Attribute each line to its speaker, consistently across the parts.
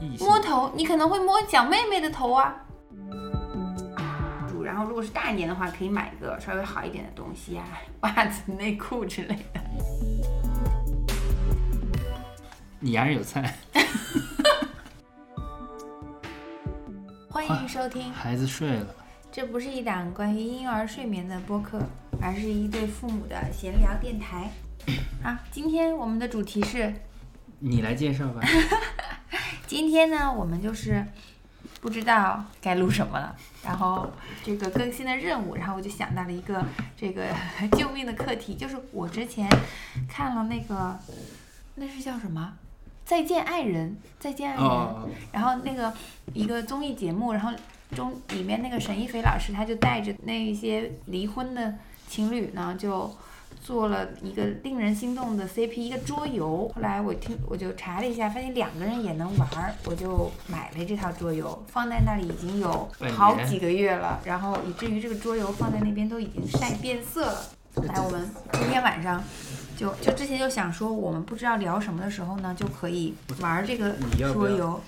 Speaker 1: 异性
Speaker 2: 摸头，你可能会摸小妹妹的头啊。嗯然后如果是大一点的话，可以买个稍微好一点的东西啊，袜子、内裤之类的。
Speaker 1: 你还是有菜。
Speaker 2: 欢迎收听，
Speaker 1: 孩子睡了，
Speaker 2: 这不是一档关于婴儿睡眠的播客，而是一对父母的闲聊电台。啊，今天我们的主题是，
Speaker 1: 你来介绍吧。
Speaker 2: 哎今天呢，我们就是不知道该录什么了，然后这个更新的任务，然后我就想到了一个这个 救命的课题，就是我之前看了那个，那是叫什么？再见爱人，再见爱人。
Speaker 1: 哦，
Speaker 2: 然后那个一个综艺节目，然后中里面那个沈一菲老师，他就带着那一些离婚的情侣呢，就做了一个令人心动的 CP 一个桌游。后来我听我就查了一下，发现两个人也能玩儿，我就买了这套桌游，放在那里已经有
Speaker 1: 半年
Speaker 2: 好几个月了，然后以至于这个桌游放在那边都已经晒变色了。来，我们今天晚上。就就之前就想说，我们不知道聊什么的时候呢，就可以玩儿这个
Speaker 1: 你要不
Speaker 2: 桌
Speaker 1: 要
Speaker 2: 游。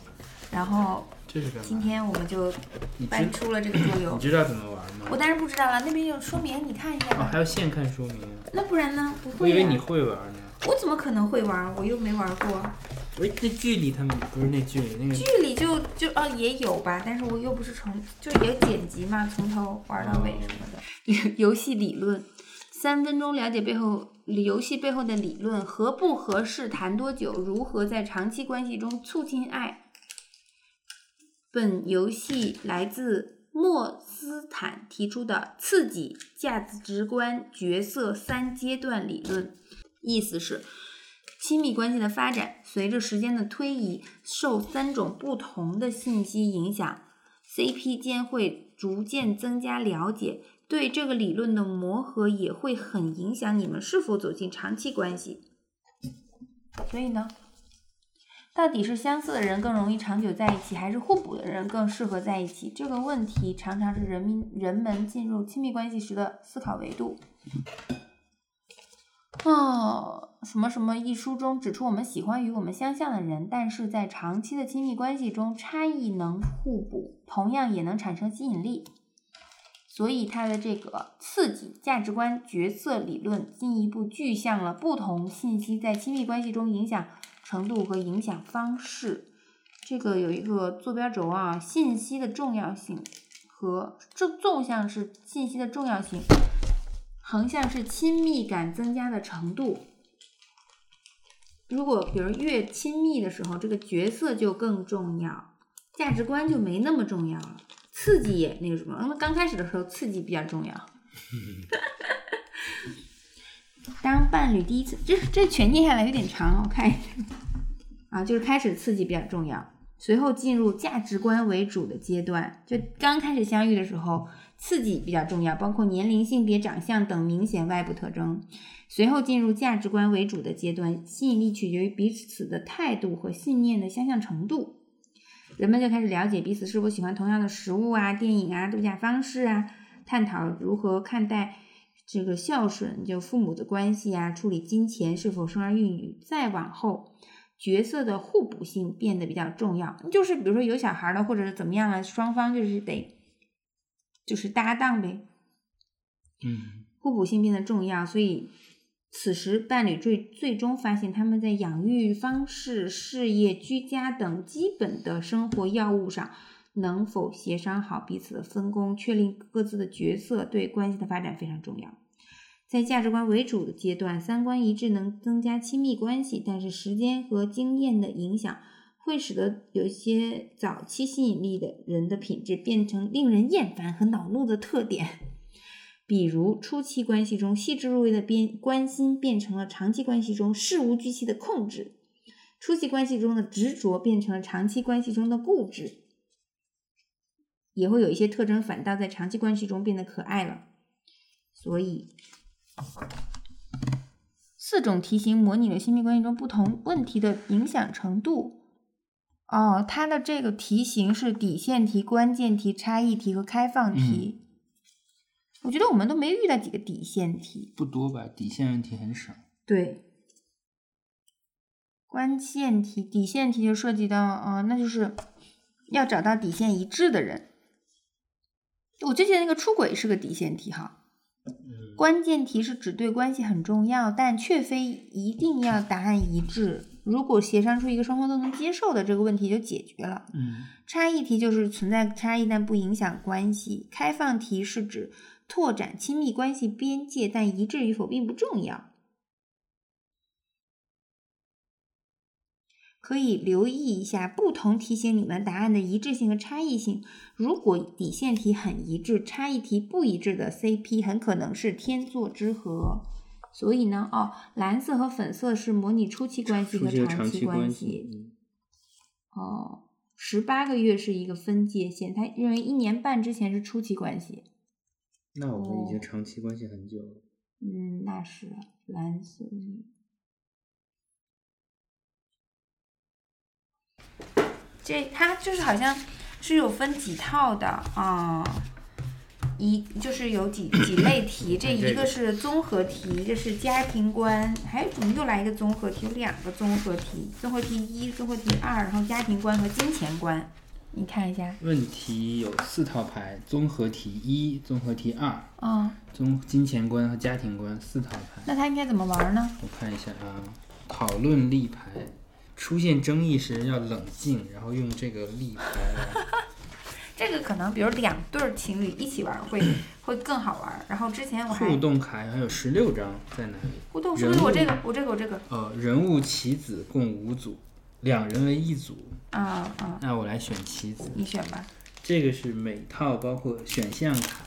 Speaker 2: 然后
Speaker 1: 这是干
Speaker 2: 今
Speaker 1: 嘛？
Speaker 2: 天我们就
Speaker 1: 你知
Speaker 2: 搬出了这个桌游
Speaker 1: 你。知道怎么玩吗？
Speaker 2: 我当然不知道了，那边有说明，你看一下
Speaker 1: 哦，
Speaker 2: 吧。
Speaker 1: 还要现看说明啊。
Speaker 2: 那不然呢？不
Speaker 1: 我
Speaker 2: 会、
Speaker 1: 以
Speaker 2: 呀。
Speaker 1: 为你会玩呢。
Speaker 2: 我怎么可能会玩？我又没玩过。
Speaker 1: 喂，那剧里他们不是那剧里那个
Speaker 2: 剧里就就哦也有吧，但是我又不是从就也有剪辑嘛，从头玩到尾什么的。游游戏理论，三分钟了解背后游戏背后的理论，合不合适，谈多久，如何在长期关系中促进爱。本游戏来自莫斯坦提出的刺激价值观角色三阶段理论，意思是亲密关系的发展，随着时间的推移，受三种不同的信息影响，CP 间会逐渐增加了解，对这个理论的磨合也会很影响你们是否走进长期关系。所以呢，到底是相似的人更容易长久在一起，还是互补的人更适合在一起？这个问题常常是人民人们进入亲密关系时的思考维度。哦，什么什么一书中指出，我们喜欢与我们相像的人，但是在长期的亲密关系中，差异能互补，同样也能产生吸引力。所以，它的这个刺激价值观、角色理论进一步具象了不同信息在亲密关系中影响程度和影响方式。这个有一个坐标轴啊，信息的重要性和这纵向是信息的重要性，横向是亲密感增加的程度。如果比如越亲密的时候，这个角色就更重要，价值观就没那么重要了，刺激也那个什么，因为刚开始的时候刺激比较重要。当伴侣第一次，这这全念下来有点长，我看一下啊，就是开始刺激比较重要，随后进入价值观为主的阶段。就刚开始相遇的时候，刺激比较重要，包括年龄、性别、长相等明显外部特征。随后进入价值观为主的阶段，吸引力取决于彼此的态度和信念的相像程度。人们就开始了解彼此是否喜欢同样的食物啊、电影啊、度假方式啊，探讨如何看待这个孝顺，就父母的关系啊，处理金钱是否生儿育女。再往后，角色的互补性变得比较重要，就是比如说有小孩了，或者是怎么样了，双方就是得就是搭档呗，
Speaker 1: 嗯，
Speaker 2: 互补性变得重要，所以此时伴侣最最终发现他们在养育方式、事业、居家等基本的生活要务上能否协商好彼此的分工，确定各自的角色，对关系的发展非常重要。在价值观为主的阶段，三观一致能增加亲密关系，但是时间和经验的影响会使得有一些早期吸引力的人的品质变成令人厌烦和恼怒的特点。比入初期关系中细致入微的边关心变成了长期关系中事无巨细的控制，初期关系中的执着变成了长期关系中的固执，也会有一些特征反倒在长期关系中变得可爱了。所以，四种题型模拟了亲密关系中不同问题的影响程度。哦，它的这个题型是底线题、关键题、差异题和开放题。我觉得我们都没遇到几个底线题。
Speaker 1: 不多吧，底线问题很少。
Speaker 2: 对，关键题、底线题就涉及到啊、呃那就是要找到底线一致的人。我就记得那个出轨是个底线题哈。
Speaker 1: 嗯，
Speaker 2: 关键题是指对关系很重要，但却非一定要答案一致。如果协商出一个双方都能接受的这个问题就解决了。
Speaker 1: 嗯
Speaker 2: 差异题就是存在差异但不影响关系，开放题是指拓展亲密关系边界，但一致与否并不重要。可以留意一下不同题型里面答案的一致性和差异性。如果底线题很一致，差异题不一致的 CP 很可能是天作之合。所以呢，哦，蓝色和粉色是模拟初期关系
Speaker 1: 出
Speaker 2: 和
Speaker 1: 现
Speaker 2: 长
Speaker 1: 期
Speaker 2: 关
Speaker 1: 系，嗯
Speaker 2: 哦，十八个月是一个分界线，他认为一年半之前是初期关系。
Speaker 1: 那我们已
Speaker 2: 哦
Speaker 1: 经长期关系很久了。
Speaker 2: 嗯，那是蓝色女。这它就是好像是有分几套的啊、一就是有几几类题，哎这
Speaker 1: 看这
Speaker 2: 一个
Speaker 1: 个
Speaker 2: 是综合题，这是家庭观，还有怎么又来一个综合题？有两个综合题，综合题一、综合题二，然后家庭观和金钱观，你看一下，
Speaker 1: 问题有四套牌：综合题一、综合题二、
Speaker 2: 嗯，
Speaker 1: 综金钱观和家庭观四套牌。
Speaker 2: 那它应该怎么玩呢？
Speaker 1: 我看一下啊，讨论立牌，出现争议时要冷静，然后用这个立牌 来
Speaker 2: 这个可能，比如两对儿情侣一起玩儿会会更好玩儿。然后之前我还
Speaker 1: 互动卡，还有十六张在哪里？
Speaker 2: 互动，是不是
Speaker 1: 人
Speaker 2: 我这
Speaker 1: 物
Speaker 2: 个我这个我这个
Speaker 1: 呃，人物棋子共五组，两人为一组。
Speaker 2: 啊啊，
Speaker 1: 那我来选棋子，
Speaker 2: 你选吧。
Speaker 1: 这个是每套包括选项卡，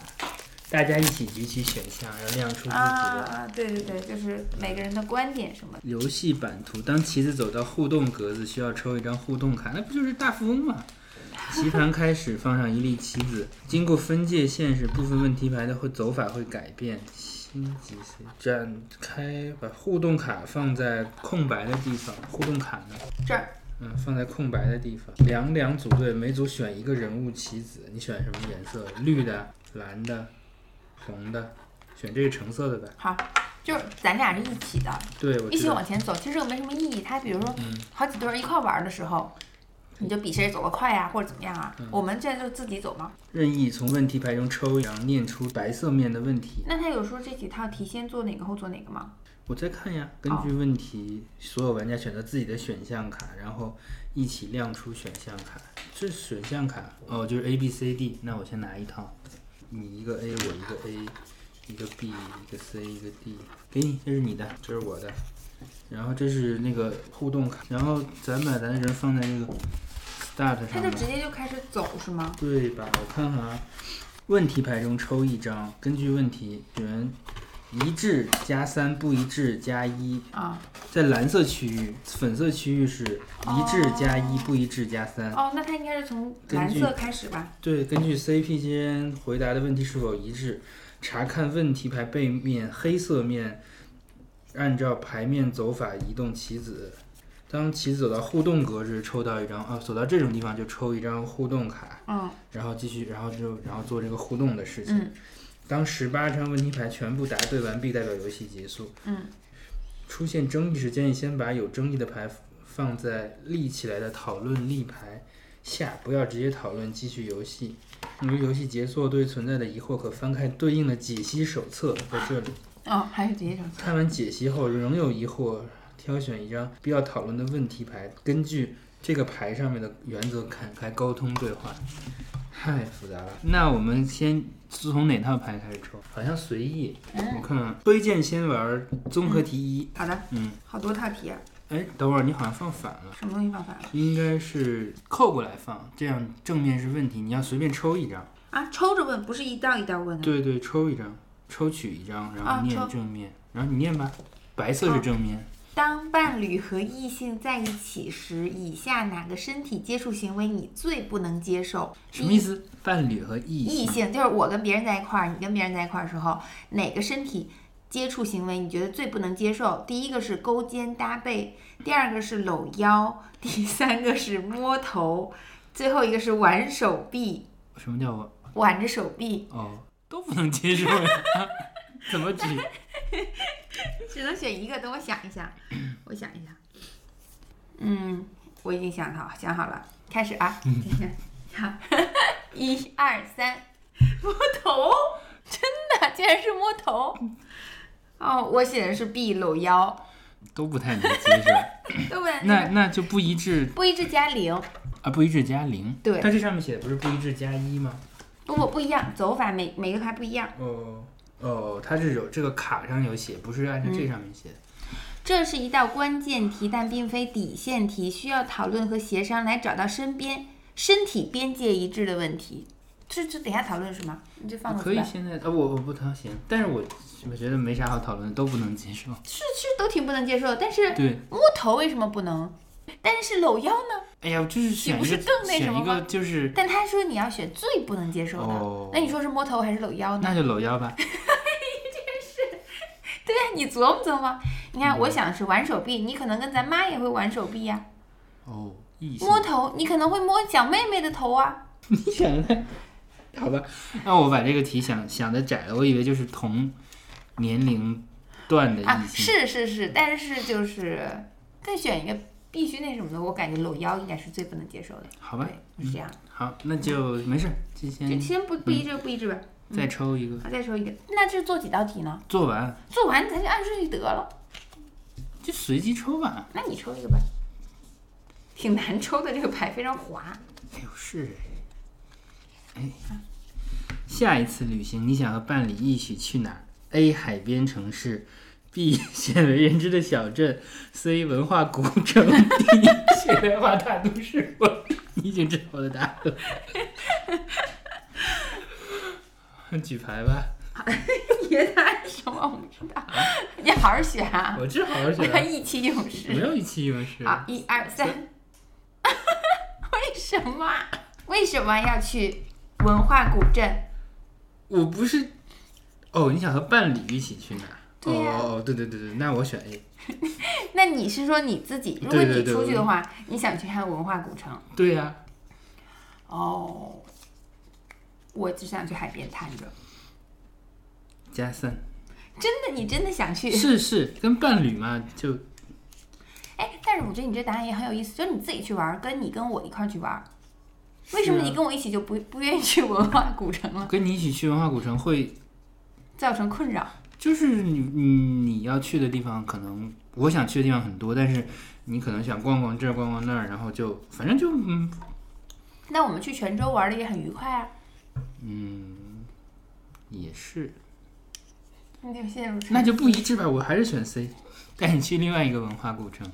Speaker 1: 大家一起举起选项，然后亮出自己
Speaker 2: 啊
Speaker 1: 的。
Speaker 2: 啊，对对对，就是每个人的观点什么的。
Speaker 1: 游戏版图，当棋子走到互动格子，需要抽一张互动卡，那不就是大富翁 吗？棋盘开始放上一粒棋子，经过分界线时，部分问题牌的会走法会改变。星级谁展开，把互动卡放在空白的地方。互动卡呢？
Speaker 2: 这儿
Speaker 1: 嗯，放在空白的地方。两两组队，每组选一个人物棋子，你选什么颜色？绿的、蓝的、红的，选这个橙色的呗。
Speaker 2: 好，就是咱俩是一起的，
Speaker 1: 对，我
Speaker 2: 一
Speaker 1: 知
Speaker 2: 起
Speaker 1: 道。
Speaker 2: 往前走。其实这个没什么意义。他比如说
Speaker 1: 嗯
Speaker 2: 好几对儿一块儿玩儿的时候，你就比谁走得快呀、或者怎么样啊。我们现在就自己走嘛。
Speaker 1: 任意从问题牌中抽一张，念出白色面的问题。
Speaker 2: 那他有说这几套题先做哪个后做哪个吗？
Speaker 1: 我再看呀，根据问题，所有玩家选择自己的选项卡，然后一起亮出选项卡。这选项卡哦，就是 A B C D。那我先拿一套，你一个 A，我一个 A，一个 B，一个 C，一个 D，给你，这是你的，这是我的。然后这是那个互动卡，然后咱把咱的人放在这个 start
Speaker 2: 他
Speaker 1: 上
Speaker 2: 就
Speaker 1: 面。
Speaker 2: 直接就开始走是吗？
Speaker 1: 对吧？我看看啊，问题牌中抽一张，根据问题选一致加三，不一致加一。
Speaker 2: 啊，
Speaker 1: 在蓝色区域，粉色区域是一致加一，不一致加三。
Speaker 2: 哦，那他应该是从
Speaker 1: 根
Speaker 2: 蓝
Speaker 1: 据
Speaker 2: 色开始吧？
Speaker 1: 对，根据 CP 间回答的问题是否一致，查看问题牌背面黑色面，按照牌面走法移动棋子。当棋子走到互动格时，抽到一张啊，走到这种地方就抽一张互动卡，
Speaker 2: 嗯
Speaker 1: 然后继续，然后就然后做这个互动的事情。
Speaker 2: 嗯
Speaker 1: 当十八张问题牌全部答对完毕，代表游戏结束。
Speaker 2: 嗯，
Speaker 1: 出现争议时，建议先把有争议的牌放在立起来的讨论立牌下，不要直接讨论，继续游戏。由于游戏结束后对存在的疑惑，可翻开对应的解析手册，在这里
Speaker 2: 哦，还是直接上去。
Speaker 1: 看完解析后仍有疑惑，挑选一张必要讨论的问题牌，根据这个牌上面的原则展开沟通对话。太复杂了。那我们先从哪套牌开始抽？好像随意。
Speaker 2: 嗯
Speaker 1: 我看看，推荐先玩综合题一。
Speaker 2: 好的，
Speaker 1: 嗯，
Speaker 2: 好多套题啊，
Speaker 1: 哎，等会儿你好像放反了，
Speaker 2: 什么东西放反了啊
Speaker 1: 应该是扣过来放，这样正面是问题，你要随便抽一张。
Speaker 2: 啊？抽着问，不是一道一道问的。
Speaker 1: 对对，抽一张，抽取一张，然
Speaker 2: 嗯啊
Speaker 1: 后
Speaker 2: 抽
Speaker 1: 念正面，然后你念吧。白色
Speaker 2: 好
Speaker 1: 是正面，
Speaker 2: 当伴侣和异性在一起时，以下哪个身体接触行为你最不能接受？
Speaker 1: 什么意思？伴侣和异
Speaker 2: 异
Speaker 1: 性。
Speaker 2: 性就是我跟别人在一块儿，你跟别人在一块儿的时候，哪个身体接触行为你觉得最不能接受？第一个是勾肩搭背，第二个是搂腰，第三个是摸头，最后一个是挽手臂，
Speaker 1: 什么叫我？
Speaker 2: 挽着手臂。
Speaker 1: 哦，都不能接受呀，怎么 举？
Speaker 2: 只能选一个，等我想一想， 我想一想。嗯，我已经想好想好了，开始啊！等 一下，好，一二三，摸头，真的竟然是摸头。哦，我写的是 B 搂 腰，
Speaker 1: 都不太能接受。
Speaker 2: 对不对？
Speaker 1: 那那就不一致
Speaker 2: 不一致加零，
Speaker 1: 啊，不一致加零。
Speaker 2: 对
Speaker 1: 它这上面写的不是不一致加一吗？
Speaker 2: 不不不一样，走法每每个还不一样。
Speaker 1: 哦哦，它是有这个卡上有写，不是按照
Speaker 2: 嗯
Speaker 1: 这上面写的。
Speaker 2: 这是一道关键题，但并非底线题，需要讨论和协商来找到身边身体边界一致的问题。这这等一下讨论是吗？你就放过
Speaker 1: 可
Speaker 2: 去
Speaker 1: 以
Speaker 2: 吧。
Speaker 1: 现在啊，我我不掏行，但是我我觉得没啥好讨论的，都不能接 受。
Speaker 2: 是是都挺不能接受，但是
Speaker 1: 对，
Speaker 2: 摸头为什么不能？但是搂腰呢？
Speaker 1: 哎呀，就是选
Speaker 2: 不
Speaker 1: 一
Speaker 2: 是
Speaker 1: 个
Speaker 2: 更那什
Speaker 1: 选
Speaker 2: 么
Speaker 1: 一个
Speaker 2: 吗
Speaker 1: 就是，
Speaker 2: 但他说你要选最不能接受的，
Speaker 1: 哦
Speaker 2: 那你说是摸头还是搂腰呢？
Speaker 1: 那就搂腰吧。
Speaker 2: 对啊，你琢磨琢磨。你看，我想是玩手臂，你可能跟咱妈也会玩手臂呀、
Speaker 1: 哦，异性
Speaker 2: 摸头，你可能会摸小妹妹的头啊。
Speaker 1: 你想的，好吧？那我把这个题想想的窄了，我以为就是同年龄段的
Speaker 2: 啊
Speaker 1: 异，性。
Speaker 2: 是是是，但是就是再选一个必须那什么的，我感觉搂腰应该是最不能接受的。
Speaker 1: 好吧，
Speaker 2: 对，是这样。
Speaker 1: 好，那就没事，就
Speaker 2: 就
Speaker 1: 先
Speaker 2: 先不不一致不一致吧，
Speaker 1: 再抽一个，
Speaker 2: 啊，再说一个，那这做几道题呢？
Speaker 1: 做完
Speaker 2: 做完咱就按顺序得了。
Speaker 1: 就随机抽吧。
Speaker 2: 那你抽一个吧，挺难抽的这个牌，非常滑。
Speaker 1: 哎呦，是哎，哎，下一次旅行你想和伴侣一起去哪儿？A. 海边城市，B. 鲜为人知的小镇，C. 文化古城，D. 现代化大都市。 我你已经知道我的答案了。举牌吧，
Speaker 2: 你的答案是什么？我不知道，你好好选啊！
Speaker 1: 我这好好
Speaker 2: 我要
Speaker 1: 选，
Speaker 2: 意气用
Speaker 1: 没
Speaker 2: 事。
Speaker 1: 有一啊期应是。
Speaker 2: 好，一二三。 为什么？啊为什么要去文化古镇？
Speaker 1: 我不是，哦，你想和伴侣一起去哪儿？
Speaker 2: 对呀
Speaker 1: 哦哦，对对对对，那我选 A。
Speaker 2: 那你是说你自己？如果
Speaker 1: 对
Speaker 2: 你
Speaker 1: 对对
Speaker 2: 出去的话，你想去看文化古城？
Speaker 1: 对呀、
Speaker 2: 哦，我只想去海边摊着。
Speaker 1: 加三。
Speaker 2: 真的，你真的想去？
Speaker 1: 是是，跟伴侣嘛，就
Speaker 2: 哎，但是我觉得你这答案也很有意思，就是你自己去玩儿，跟你跟我一块儿去玩儿，为什么
Speaker 1: 是啊
Speaker 2: 你跟我一起就不不愿意去文化古城了，
Speaker 1: 跟你一起去文化古城会，
Speaker 2: 造成困扰？
Speaker 1: 就是你你你要去的地方，可能我想去的地方很多，但是你可能想逛逛这儿逛逛那儿，然后就反正就嗯
Speaker 2: 那我们去泉州玩的也很愉快啊，
Speaker 1: 嗯也是，
Speaker 2: 你得陷入沉
Speaker 1: 那就不一致吧，我还是选 C，带你去另外一个文化古城。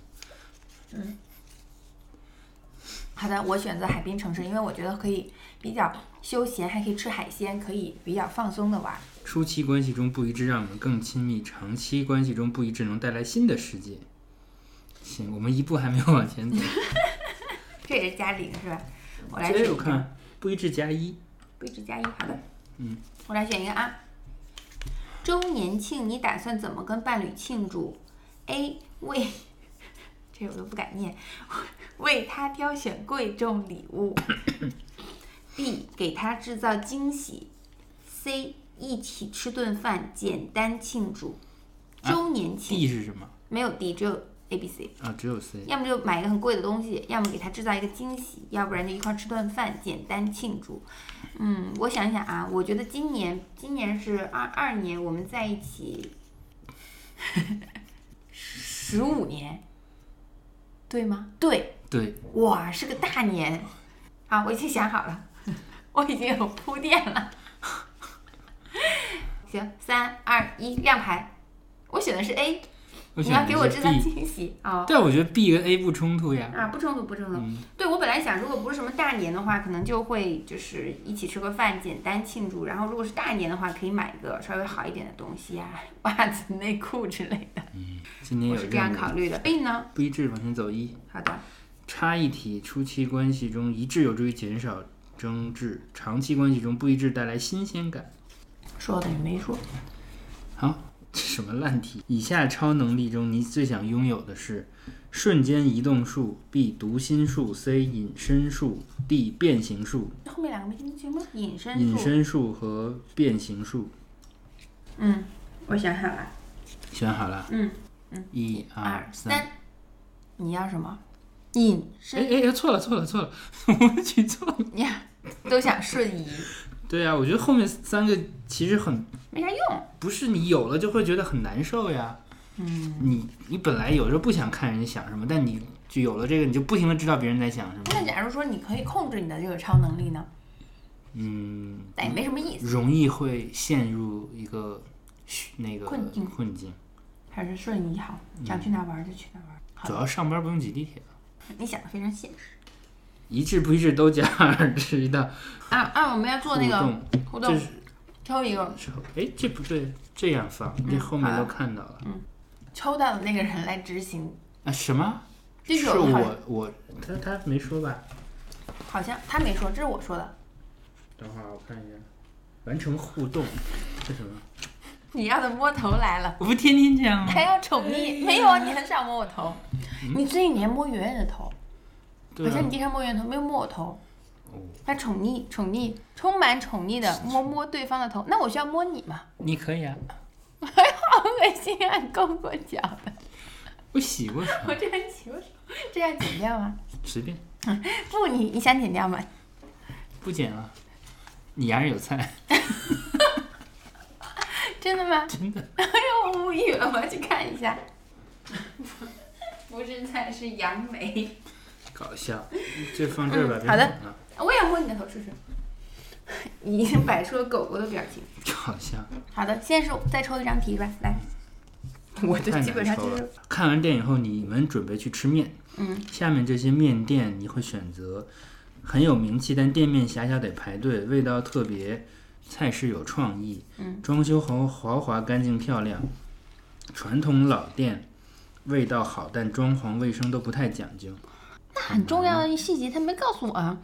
Speaker 2: 好的，我选择海滨城市，因为我觉得可以比较休闲，还可以吃海鲜，可以比较放松的玩儿。
Speaker 1: 初期关系中不一致让我们更亲密，长期关系中不一致能带来新的世界。行，我们一步还没有往前走。
Speaker 2: 这也是加零是吧？ 我来
Speaker 1: 这
Speaker 2: 选
Speaker 1: 我看不一致加一，
Speaker 2: 不一直加一，好的，
Speaker 1: 嗯，
Speaker 2: 我来选一个啊。周年庆你打算怎么跟伴侣庆祝？A 为， 这我都不敢念，为他挑选贵重礼物；B 给他制造惊喜；C 一起吃顿饭，简单庆祝。周年庆、
Speaker 1: 啊 D 是什么
Speaker 2: 没有 D，只有 A、B、C。
Speaker 1: 啊？只有 C。
Speaker 2: 要么就买一个很贵的东西，要么给他制造一个惊喜，要不然就一块儿吃顿饭，简单庆祝。嗯，我想一想啊，我觉得今年今年是二二年，我们在一起 十五年，对吗？对，
Speaker 1: 对，
Speaker 2: 哇，是个大年啊！我已经想好了，我已经有铺垫了。行，三二一，亮牌。我选的是 A，
Speaker 1: 我
Speaker 2: 你
Speaker 1: 选
Speaker 2: 要
Speaker 1: 的
Speaker 2: 给我
Speaker 1: 是
Speaker 2: 制造
Speaker 1: B
Speaker 2: 惊喜啊！哦
Speaker 1: 但我觉得 B 跟 A 不冲突呀。
Speaker 2: 啊，不冲突，不冲突。
Speaker 1: 嗯
Speaker 2: 对我本来想，如果不是什么大年的话，可能就会就是一起吃个饭，简单庆祝。然后如果是大年的话，可以买个稍微好一点的东西啊，袜子、内裤之类的。
Speaker 1: 今年
Speaker 2: 我
Speaker 1: 有
Speaker 2: 是这样
Speaker 1: 任
Speaker 2: 考
Speaker 1: 务，
Speaker 2: 虑的。B 呢？
Speaker 1: 不一致往前走一。
Speaker 2: 好的，
Speaker 1: 差异体初期关系中一致有助于减少争执，长期关系中不一致带来新鲜感。
Speaker 2: 说等于没说。
Speaker 1: 好，这是什么烂题？以下超能力中你最想拥有的是：瞬间移动术；B. 读心术；C. 隐身术；D. 变形术。
Speaker 2: 后面两个没听进去吗？隐身术。
Speaker 1: 隐身术和变形术
Speaker 2: 嗯，我想想了，
Speaker 1: 选好了？
Speaker 2: 嗯，
Speaker 1: 一二
Speaker 2: 二
Speaker 1: 啊三。
Speaker 2: 三。你要什么？隐
Speaker 1: 哎
Speaker 2: 身
Speaker 1: 哎哎，错了错了错了， 我举错了。
Speaker 2: 呀，都想瞬移，
Speaker 1: 对啊呀、我觉得后面三个其实很
Speaker 2: 没啥用。
Speaker 1: 不是你有了就会觉得很难受呀。嗯，你你本来有时候不想看人家想什么，但你就有了这个，你就不停的知道别人在想什
Speaker 2: 那
Speaker 1: 么。
Speaker 2: 假如说你可以控制你的这个超能力呢？
Speaker 1: 嗯，
Speaker 2: 但也没什么意思。
Speaker 1: 容易会陷入一个虚那个
Speaker 2: 困境
Speaker 1: 困境。
Speaker 2: 还是瞬移好，想去哪玩就去哪玩。好
Speaker 1: 主，要上班不用挤地铁，
Speaker 2: 你想的非常现实。
Speaker 1: 一致不一致都加 二知道。
Speaker 2: 啊啊！我们要做那
Speaker 1: 互
Speaker 2: 个
Speaker 1: 动
Speaker 2: 互
Speaker 1: 这
Speaker 2: 动
Speaker 1: 是，
Speaker 2: 抽一个，
Speaker 1: 之后，哎，这不对，这样放，
Speaker 2: 嗯
Speaker 1: 这后面都看到了。
Speaker 2: 抽到的那个人来执行。
Speaker 1: 啊，什么？
Speaker 2: 这
Speaker 1: 是
Speaker 2: 是我好像
Speaker 1: 我我他他没说吧？
Speaker 2: 好像他没说，这是我说的。
Speaker 1: 等会儿我看一下，完成互动，这什么？
Speaker 2: 你要的摸头来了，
Speaker 1: 我不天天这样啊吗？
Speaker 2: 还要宠
Speaker 1: 哎
Speaker 2: 溺？没有啊，你很少摸我头。你最近你还摸圆圆的头，
Speaker 1: 嗯对
Speaker 2: 好
Speaker 1: 啊
Speaker 2: 像你，经常摸圆圆头，没有摸我头
Speaker 1: 哦。
Speaker 2: 他宠溺，宠溺，充满宠溺的摸摸对方的头，那我需要摸你吗？
Speaker 1: 你可以啊，
Speaker 2: 好恶心啊！你勾过脚的，
Speaker 1: 我洗过手，
Speaker 2: 我这样洗过手， 这样剪掉吗？
Speaker 1: 随便，
Speaker 2: 不，你你想剪掉吗？
Speaker 1: 不剪了。你牙上有菜，
Speaker 2: 真的吗？
Speaker 1: 真的。
Speaker 2: 哎呦，我无语了，我要去看一下。 不是菜，是杨梅。
Speaker 1: 搞笑，这放这儿吧，
Speaker 2: 嗯
Speaker 1: 别
Speaker 2: 好的
Speaker 1: 剪了。
Speaker 2: 我也摸你的头试试。你已经摆出了狗狗的表情。
Speaker 1: 搞笑，
Speaker 2: 好的，现在是再抽一张题吧，来。我这
Speaker 1: 太
Speaker 2: 基本上
Speaker 1: 难
Speaker 2: 就
Speaker 1: 受
Speaker 2: 是
Speaker 1: 了。看完电影后，你们准备去吃面。
Speaker 2: 嗯，
Speaker 1: 下面这些面店你会选择很有名气，但店面狭小得排队，味道特别，菜式有创意，
Speaker 2: 嗯，
Speaker 1: 装修豪豪华干净漂亮，传统老店，味道好，但装潢卫生都不太讲究。
Speaker 2: 那很重要的细节，他没告诉我啊。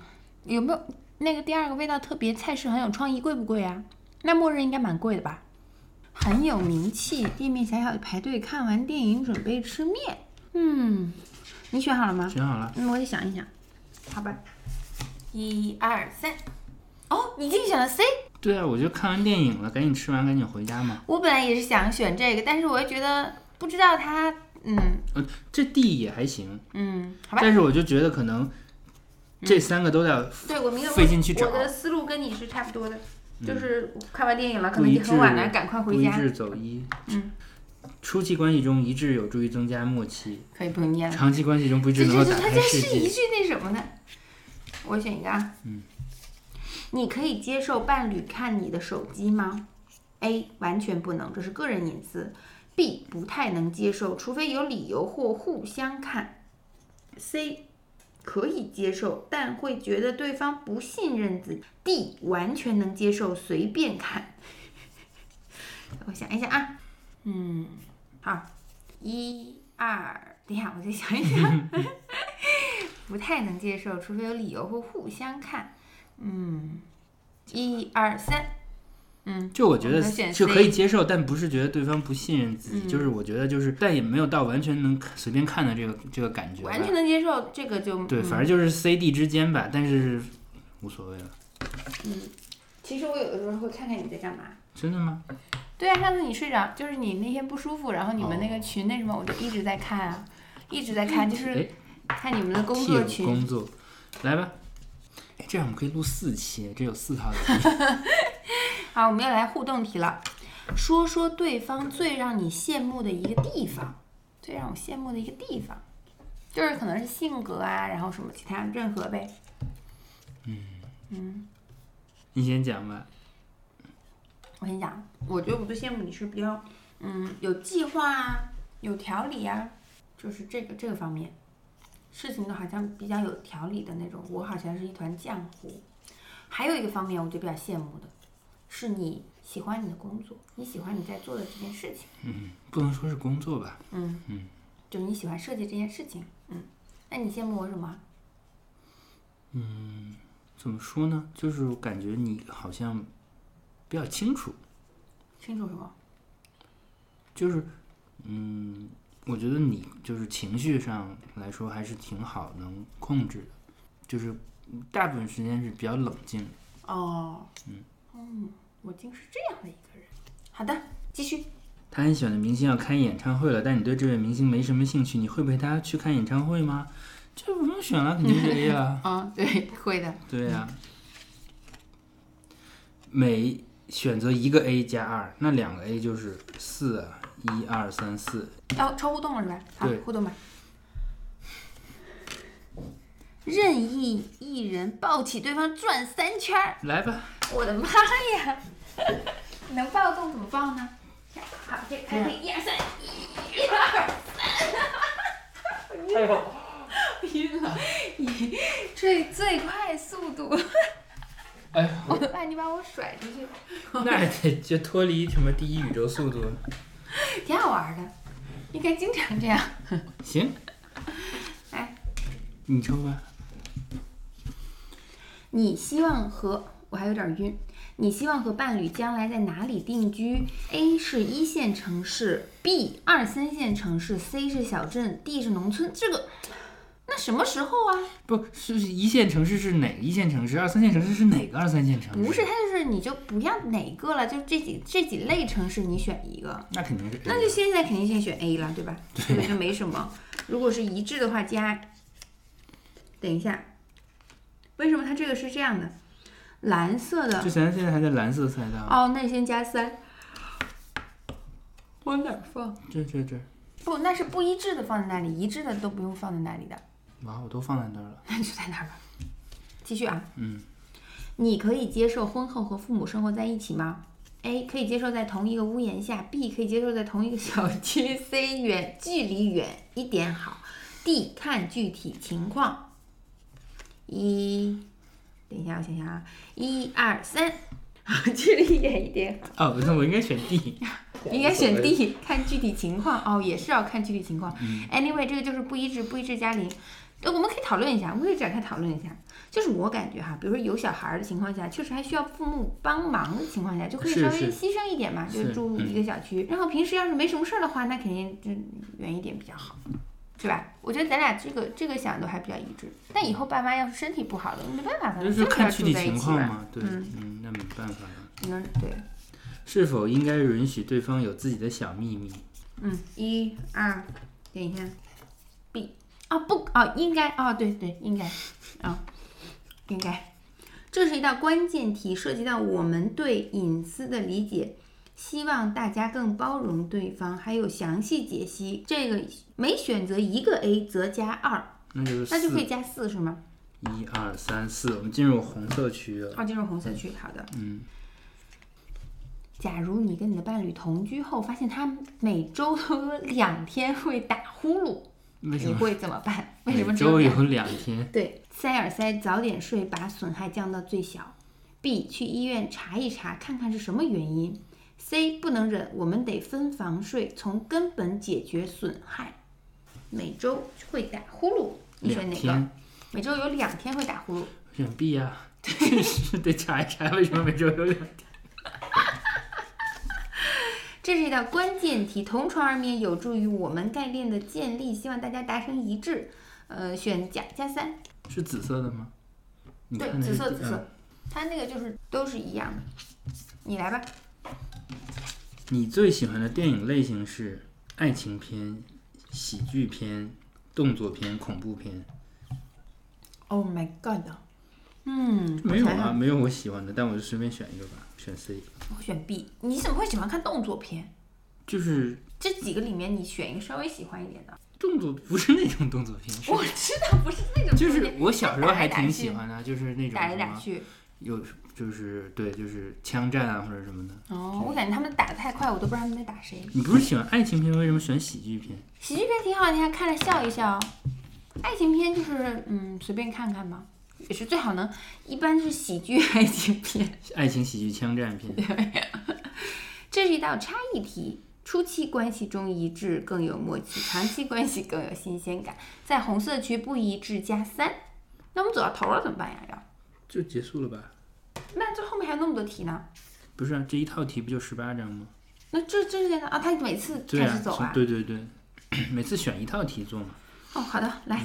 Speaker 2: 有没有那个第二个味道特别菜式很有创意，贵不贵啊？那默认应该蛮贵的吧？很有名气，店面小小的排队，看完电影准备吃面。嗯，你选好了吗？
Speaker 1: 选好了，
Speaker 2: 嗯，我得想一想。好吧，一二三。哦，你竟选了 C。
Speaker 1: 对啊，我就看完电影了，赶紧吃完赶紧回家嘛。
Speaker 2: 我本来也是想选这个，但是我又觉得不知道它，嗯
Speaker 1: 呃，这 D 也还行，
Speaker 2: 嗯，好吧。
Speaker 1: 但是我就觉得可能这三个都要
Speaker 2: 对我明白，
Speaker 1: 费劲去找
Speaker 2: 我的思路跟你是差不多的，
Speaker 1: 嗯
Speaker 2: 就是我看完电影了，可
Speaker 1: 不
Speaker 2: 能已
Speaker 1: 一
Speaker 2: 经
Speaker 1: 致，
Speaker 2: 很晚了，赶快回家
Speaker 1: 不一。致走一。
Speaker 2: 嗯，
Speaker 1: 初期关系中一致有助于增加默契，
Speaker 2: 可以不用念了。
Speaker 1: 长期关系中不一
Speaker 2: 这
Speaker 1: 致能
Speaker 2: 嗯
Speaker 1: 够
Speaker 2: 这这
Speaker 1: 打
Speaker 2: 它
Speaker 1: 开
Speaker 2: 这
Speaker 1: 世
Speaker 2: 是一
Speaker 1: 界。
Speaker 2: 句那什么呢？我选一个啊。
Speaker 1: 嗯。
Speaker 2: 你可以接受伴侣看你的手机吗？A. 完全不能，这是个人隐私。B. 不太能接受，除非有理由或互相看。C. 可以接受，但会觉得对方不信任自己。D. 完全能接受，随便看。 我想一下啊，嗯，好，一二，等一下，我再想一想。不太能接受，除非有理由或互相看。嗯，一二三，嗯，
Speaker 1: 就我觉得
Speaker 2: 我们选 C
Speaker 1: 就可以接受，但不是觉得对方不信任自己，
Speaker 2: 嗯
Speaker 1: 就是我觉得就是，但也没有到完全能看随便看的这个这个感觉吧。
Speaker 2: 完全能接受这个就
Speaker 1: 对，
Speaker 2: 嗯
Speaker 1: 反正就是 C D 之间吧，但是无所谓了。
Speaker 2: 其实我有的时候会看看你在干嘛。
Speaker 1: 真的吗？
Speaker 2: 对啊，上次你睡着，就是你那天不舒服，然后你们那
Speaker 1: 哦
Speaker 2: 个群那什么，我就一直在看啊，一直在看，就是
Speaker 1: 哎
Speaker 2: 看你们的工
Speaker 1: 替
Speaker 2: 作
Speaker 1: 我
Speaker 2: 群。
Speaker 1: 工作，来吧。哎，这样我们可以录四期，这有四套题。
Speaker 2: 好，我们要来互动题了，说说对方最让你羡慕的一个地方，最让我羡慕的一个地方，就是可能是性格啊，然后什么其他任何呗。
Speaker 1: 你先讲吧。
Speaker 2: 我跟你讲，我觉得我最羡慕你是比较，嗯，有计划啊，有条理啊，就是这个这个方面，事情都好像比较有条理的那种。我好像是一团浆糊。还有一个方面，我就比较羡慕的，是你喜欢你的工作，你喜欢你在做的这件事情，
Speaker 1: 嗯，不能说是工作吧。
Speaker 2: 嗯
Speaker 1: 嗯，
Speaker 2: 就是你喜欢设计这件事情，嗯。那你羡慕我什么？
Speaker 1: 怎么说呢？就是我感觉你好像比较清楚，
Speaker 2: 清楚什么？
Speaker 1: 就是，嗯，我觉得你就是情绪上来说还是挺好，能控制的，就是大部分时间是比较冷静的。
Speaker 2: 哦，嗯，我竟是这样的一个人。好的，继续。
Speaker 1: 他很喜欢的明星要开演唱会了，但你对这位明星没什么兴趣，你会陪他去看演唱会吗？这不用选了，肯定是 A 了。
Speaker 2: 啊，对，会的。
Speaker 1: 对呀、每选择一个 A 加二，那两个 A 就是四啊，一二三四。
Speaker 2: 要抽互动了是吧？好
Speaker 1: 对，
Speaker 2: 互动吧。任意一人抱起对方转三圈儿，
Speaker 1: 来吧，
Speaker 2: 我的妈呀！能抱动怎么抱呢？好，这还
Speaker 1: 嗯
Speaker 2: 可以一二三，一二
Speaker 1: 哎呦，
Speaker 2: 三， 晕了，以最最快速度，
Speaker 1: 哎呦，
Speaker 2: 我怕你把我甩出去。
Speaker 1: 那也得就脱离什么第一宇宙速度。
Speaker 2: 挺好玩的，应该经常这样。
Speaker 1: 行，
Speaker 2: 来，
Speaker 1: 你抽吧。
Speaker 2: 你希望和我还有点晕，你希望和伴侣将来在哪里定居？A 是一线城市，B 二三线城市，C 是小镇，D 是农村。这个，那什么时候啊？
Speaker 1: 不是是一线城市是哪个一线城市？二三线城市是哪个二三线城市？
Speaker 2: 不是，它就是你就不要哪个了，就这几这几类城市你选一个，
Speaker 1: 那肯定是 A。
Speaker 2: 那就现在肯定先选 A 了，对吧？这个就没什么。如果是一致的话，加。等一下，为什么它这个是这样的？蓝色的
Speaker 1: 就咱现在还在蓝色赛道，
Speaker 2: 哦，那你先加三。往哪儿放？
Speaker 1: 这这这，
Speaker 2: 不，那是不一致的放在那里，一致的都不用放在那里的，
Speaker 1: 哇，我都放在那儿了。
Speaker 2: 那就在那儿吧。继续啊，
Speaker 1: 嗯，
Speaker 2: 你可以接受婚后和父母生活在一起吗？A 可以接受在同一个屋檐下，B 可以接受在同一个小区，C 远距离远一点好，D 看具体情况。一，等一下，我想想啊，一二三，距离远一点好。
Speaker 1: 哦，那我应该选 D。
Speaker 2: 应该选 D，看具体情况哦，也是要看具体情况。Anyway，这个
Speaker 1: 嗯
Speaker 2: 就是不一致，不一致加零。呃我们可以讨论一下，我们可以展开讨论一下。就是我感觉哈，比如说有小孩儿的情况下，确实还需要父母帮忙的情况下，就可以
Speaker 1: 是
Speaker 2: 稍微
Speaker 1: 是嗯
Speaker 2: 牺牲一点嘛，就是住一个小区。然后平时要是没什么事儿的话，那肯定就远一点比较好，是吧？我觉得咱俩这个这个想的还比较一致。但以后爸妈要是身体不好了，没办法，咱
Speaker 1: 那
Speaker 2: 们
Speaker 1: 就是
Speaker 2: 要
Speaker 1: 看具
Speaker 2: 住
Speaker 1: 体
Speaker 2: 在一
Speaker 1: 情
Speaker 2: 起
Speaker 1: 况
Speaker 2: 吧。
Speaker 1: 嘛，对，
Speaker 2: 嗯
Speaker 1: 嗯，那没办法了。
Speaker 2: 嗯，对，
Speaker 1: 是否应该允许对方有自己的小秘密？
Speaker 2: 嗯，一二，等一下，B 啊不啊，应该啊，对对，应该啊，应该。这是一道关键题，涉及到我们对隐私的理解，希望大家更包容对方，还有详细解析。这个每选择一个 A 则加二，
Speaker 1: 那就是
Speaker 2: 那就可
Speaker 1: 四，
Speaker 2: 以加四是吗？
Speaker 1: 一二三四，我们进入红色区了。
Speaker 2: 啊，进入红色区，好的。
Speaker 1: 嗯，
Speaker 2: 假如你跟你的伴侣同居后，发现他每周都有两天会打呼噜，
Speaker 1: 为什
Speaker 2: 你
Speaker 1: 么？
Speaker 2: 会怎么办？为
Speaker 1: 哎每
Speaker 2: 什么只有
Speaker 1: 周
Speaker 2: 两
Speaker 1: 有两天？
Speaker 2: 对，塞耳塞，早点睡，把损害降到最小。B 去医院查一查，看看是什么原因。C 不能忍，我们得分房睡，从根本解决损害。每周会打呼噜，你选
Speaker 1: 两
Speaker 2: 哪个？
Speaker 1: 天？
Speaker 2: 每周有两天会打呼噜。
Speaker 1: 我选 B 呀、真啊是得查一查为什么每周有两天。
Speaker 2: 这是一道关键题，同床而眠有助于我们概念的建立，希望大家达成一致。呃，选加加三。
Speaker 1: 是紫色的吗？你
Speaker 2: 对
Speaker 1: 看，那
Speaker 2: 紫
Speaker 1: 个嗯
Speaker 2: 色
Speaker 1: 地
Speaker 2: 紫色，它那个就是都是一样的。你来吧。
Speaker 1: 你最喜欢的电影类型是爱情片、喜剧片、动作片、恐怖片？
Speaker 2: Oh my god！嗯，
Speaker 1: 没有
Speaker 2: 我想
Speaker 1: 啊，
Speaker 2: 想，
Speaker 1: 没有我喜欢的，但我就随便选一个吧，选 C。
Speaker 2: 我选 B。你怎么会喜欢看动作片？
Speaker 1: 就是
Speaker 2: 这几个里面，你选一个稍微喜欢一点的。
Speaker 1: 动作不是那种动作片，是
Speaker 2: 我知道不是那种，
Speaker 1: 就是啊我小时候还挺喜欢的，就是那种
Speaker 2: 打来
Speaker 1: 什
Speaker 2: 打
Speaker 1: 么
Speaker 2: 去。
Speaker 1: 有就是对就是枪战啊或者什么的。
Speaker 2: 哦，我感觉他们打的太快，我都不知道他们在打谁。
Speaker 1: 你不是喜欢爱情片，为什么选喜剧片？
Speaker 2: 喜剧片挺好的呀，看了笑一笑。爱情片就是嗯，随便看看吧，也是最好能。一般是喜剧爱情片。
Speaker 1: 爱情喜剧枪战片，
Speaker 2: 这是一道差异题。初期关系中一致更有默契，长期关系更有新鲜感。在红色区不一致加三，那我们走到头了怎么办呀？要
Speaker 1: 就结束了吧？
Speaker 2: 那这后面还有那么多题呢？
Speaker 1: 不是啊，这一套题不就十八张吗？
Speaker 2: 那这这是在哪啊？他每次
Speaker 1: 对
Speaker 2: 开
Speaker 1: 啊
Speaker 2: 始走，
Speaker 1: 对对对，每次选一套题做嘛。
Speaker 2: 哦，好的，来。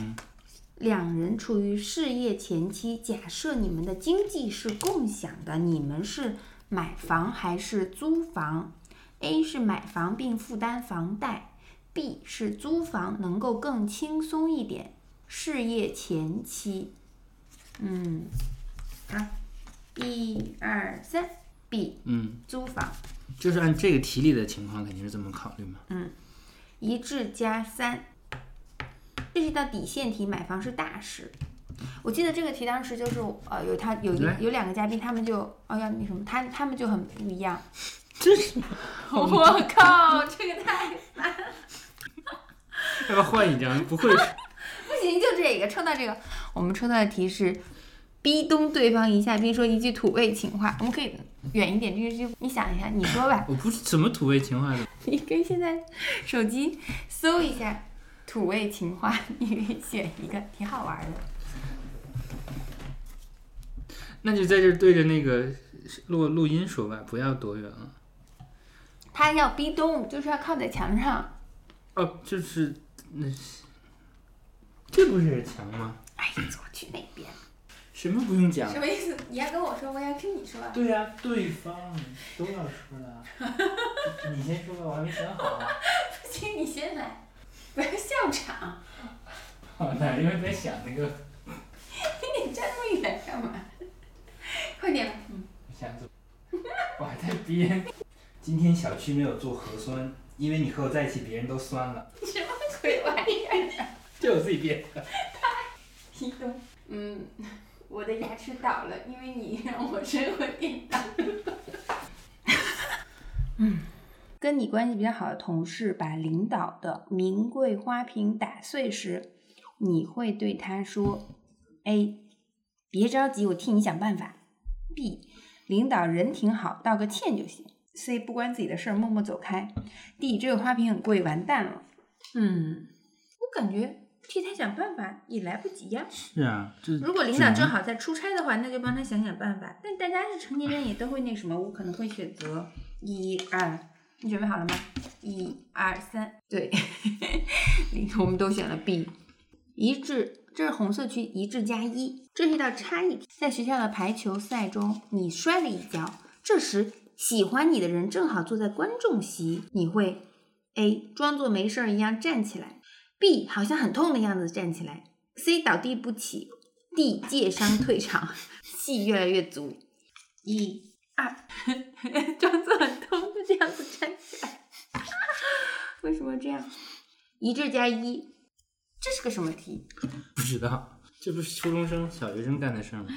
Speaker 2: 两人处于事业前期，假设你们的经济是共享的，你们是买房还是租房？A 是买房并负担房贷，B 是租房能够更轻松一点。事业前期，嗯，好，一二三，B
Speaker 1: 嗯，
Speaker 2: 租房
Speaker 1: 就是按这个题里的情况，肯定是这么考虑嘛。
Speaker 2: 一至加三，这是一道底线题，买房是大事。我记得这个题当时就是呃，有他有一
Speaker 1: 来
Speaker 2: 有两个嘉宾，他们就哦要那什么，他他们就很不一样。
Speaker 1: 这是
Speaker 2: 我靠，这个 太
Speaker 1: 要不要换一张？不会是
Speaker 2: 不行，就这个抽到这个，我们抽到的题是逼咚对方一下，并说一句土味情话。我们可以远一点，这句你想一下，你说吧。
Speaker 1: 我不是什么土味情话的，
Speaker 2: 你可以现在手机搜一下土味情话，你可以选一个，挺好玩的。
Speaker 1: 那就在这儿对着那个录录音说吧，不要躲远啊了。
Speaker 2: 他要逼咚，就是要靠在墙上。
Speaker 1: 哦，就是那是，这不是墙吗？
Speaker 2: 哎，我去那边，
Speaker 1: 什么不用讲？
Speaker 2: 什么意思？你要跟我说，我要跟你说。
Speaker 1: 对呀、对方都要说了， 你先说吧，我还没想好。啊
Speaker 2: 不行，你先来，不要笑场。
Speaker 1: 好的，因为在想那个
Speaker 2: 你站那么远干嘛？ 快点，
Speaker 1: 想怎么， 我还在编。今天小区没有做核酸，因为你和我在一起，别人都酸了，
Speaker 2: 什么鬼玩意儿？
Speaker 1: 这我自己编。
Speaker 2: 逼咚。嗯，我的牙齿倒了，因为你让我生活颠倒。嗯跟你关系比较好的同事把领导的名贵花瓶打碎时，你会对他说：“A，别着急，我替你想办法。”B，领导人挺好，道个歉就行。C，不关自己的事儿，默默走开。D，这个花瓶很贵，完蛋了。嗯，我感觉替他想办法也来不及呀、
Speaker 1: 是啊，这
Speaker 2: 如果领导正好在出差的话，那就帮他想想办法。但大家是成年人，也都会那什么，我可能会选择一二。你准备好了吗？一二三，对， 我们都选了 B。一致，这是红色区，一致加一，这是一道差异题。在学校的排球赛中，你摔了一跤，这时喜欢你的人正好坐在观众席，你会 A 装作没事儿一样站起来，B 好像很痛的样子站起来，C 倒地不起，D 借伤退场，气越来越足。，E 一二， 装作很痛，就这样子站起来。 为什么这样？一致加一，这是个什么题？
Speaker 1: 不知道，这不是初中生、小学生干的事儿吗？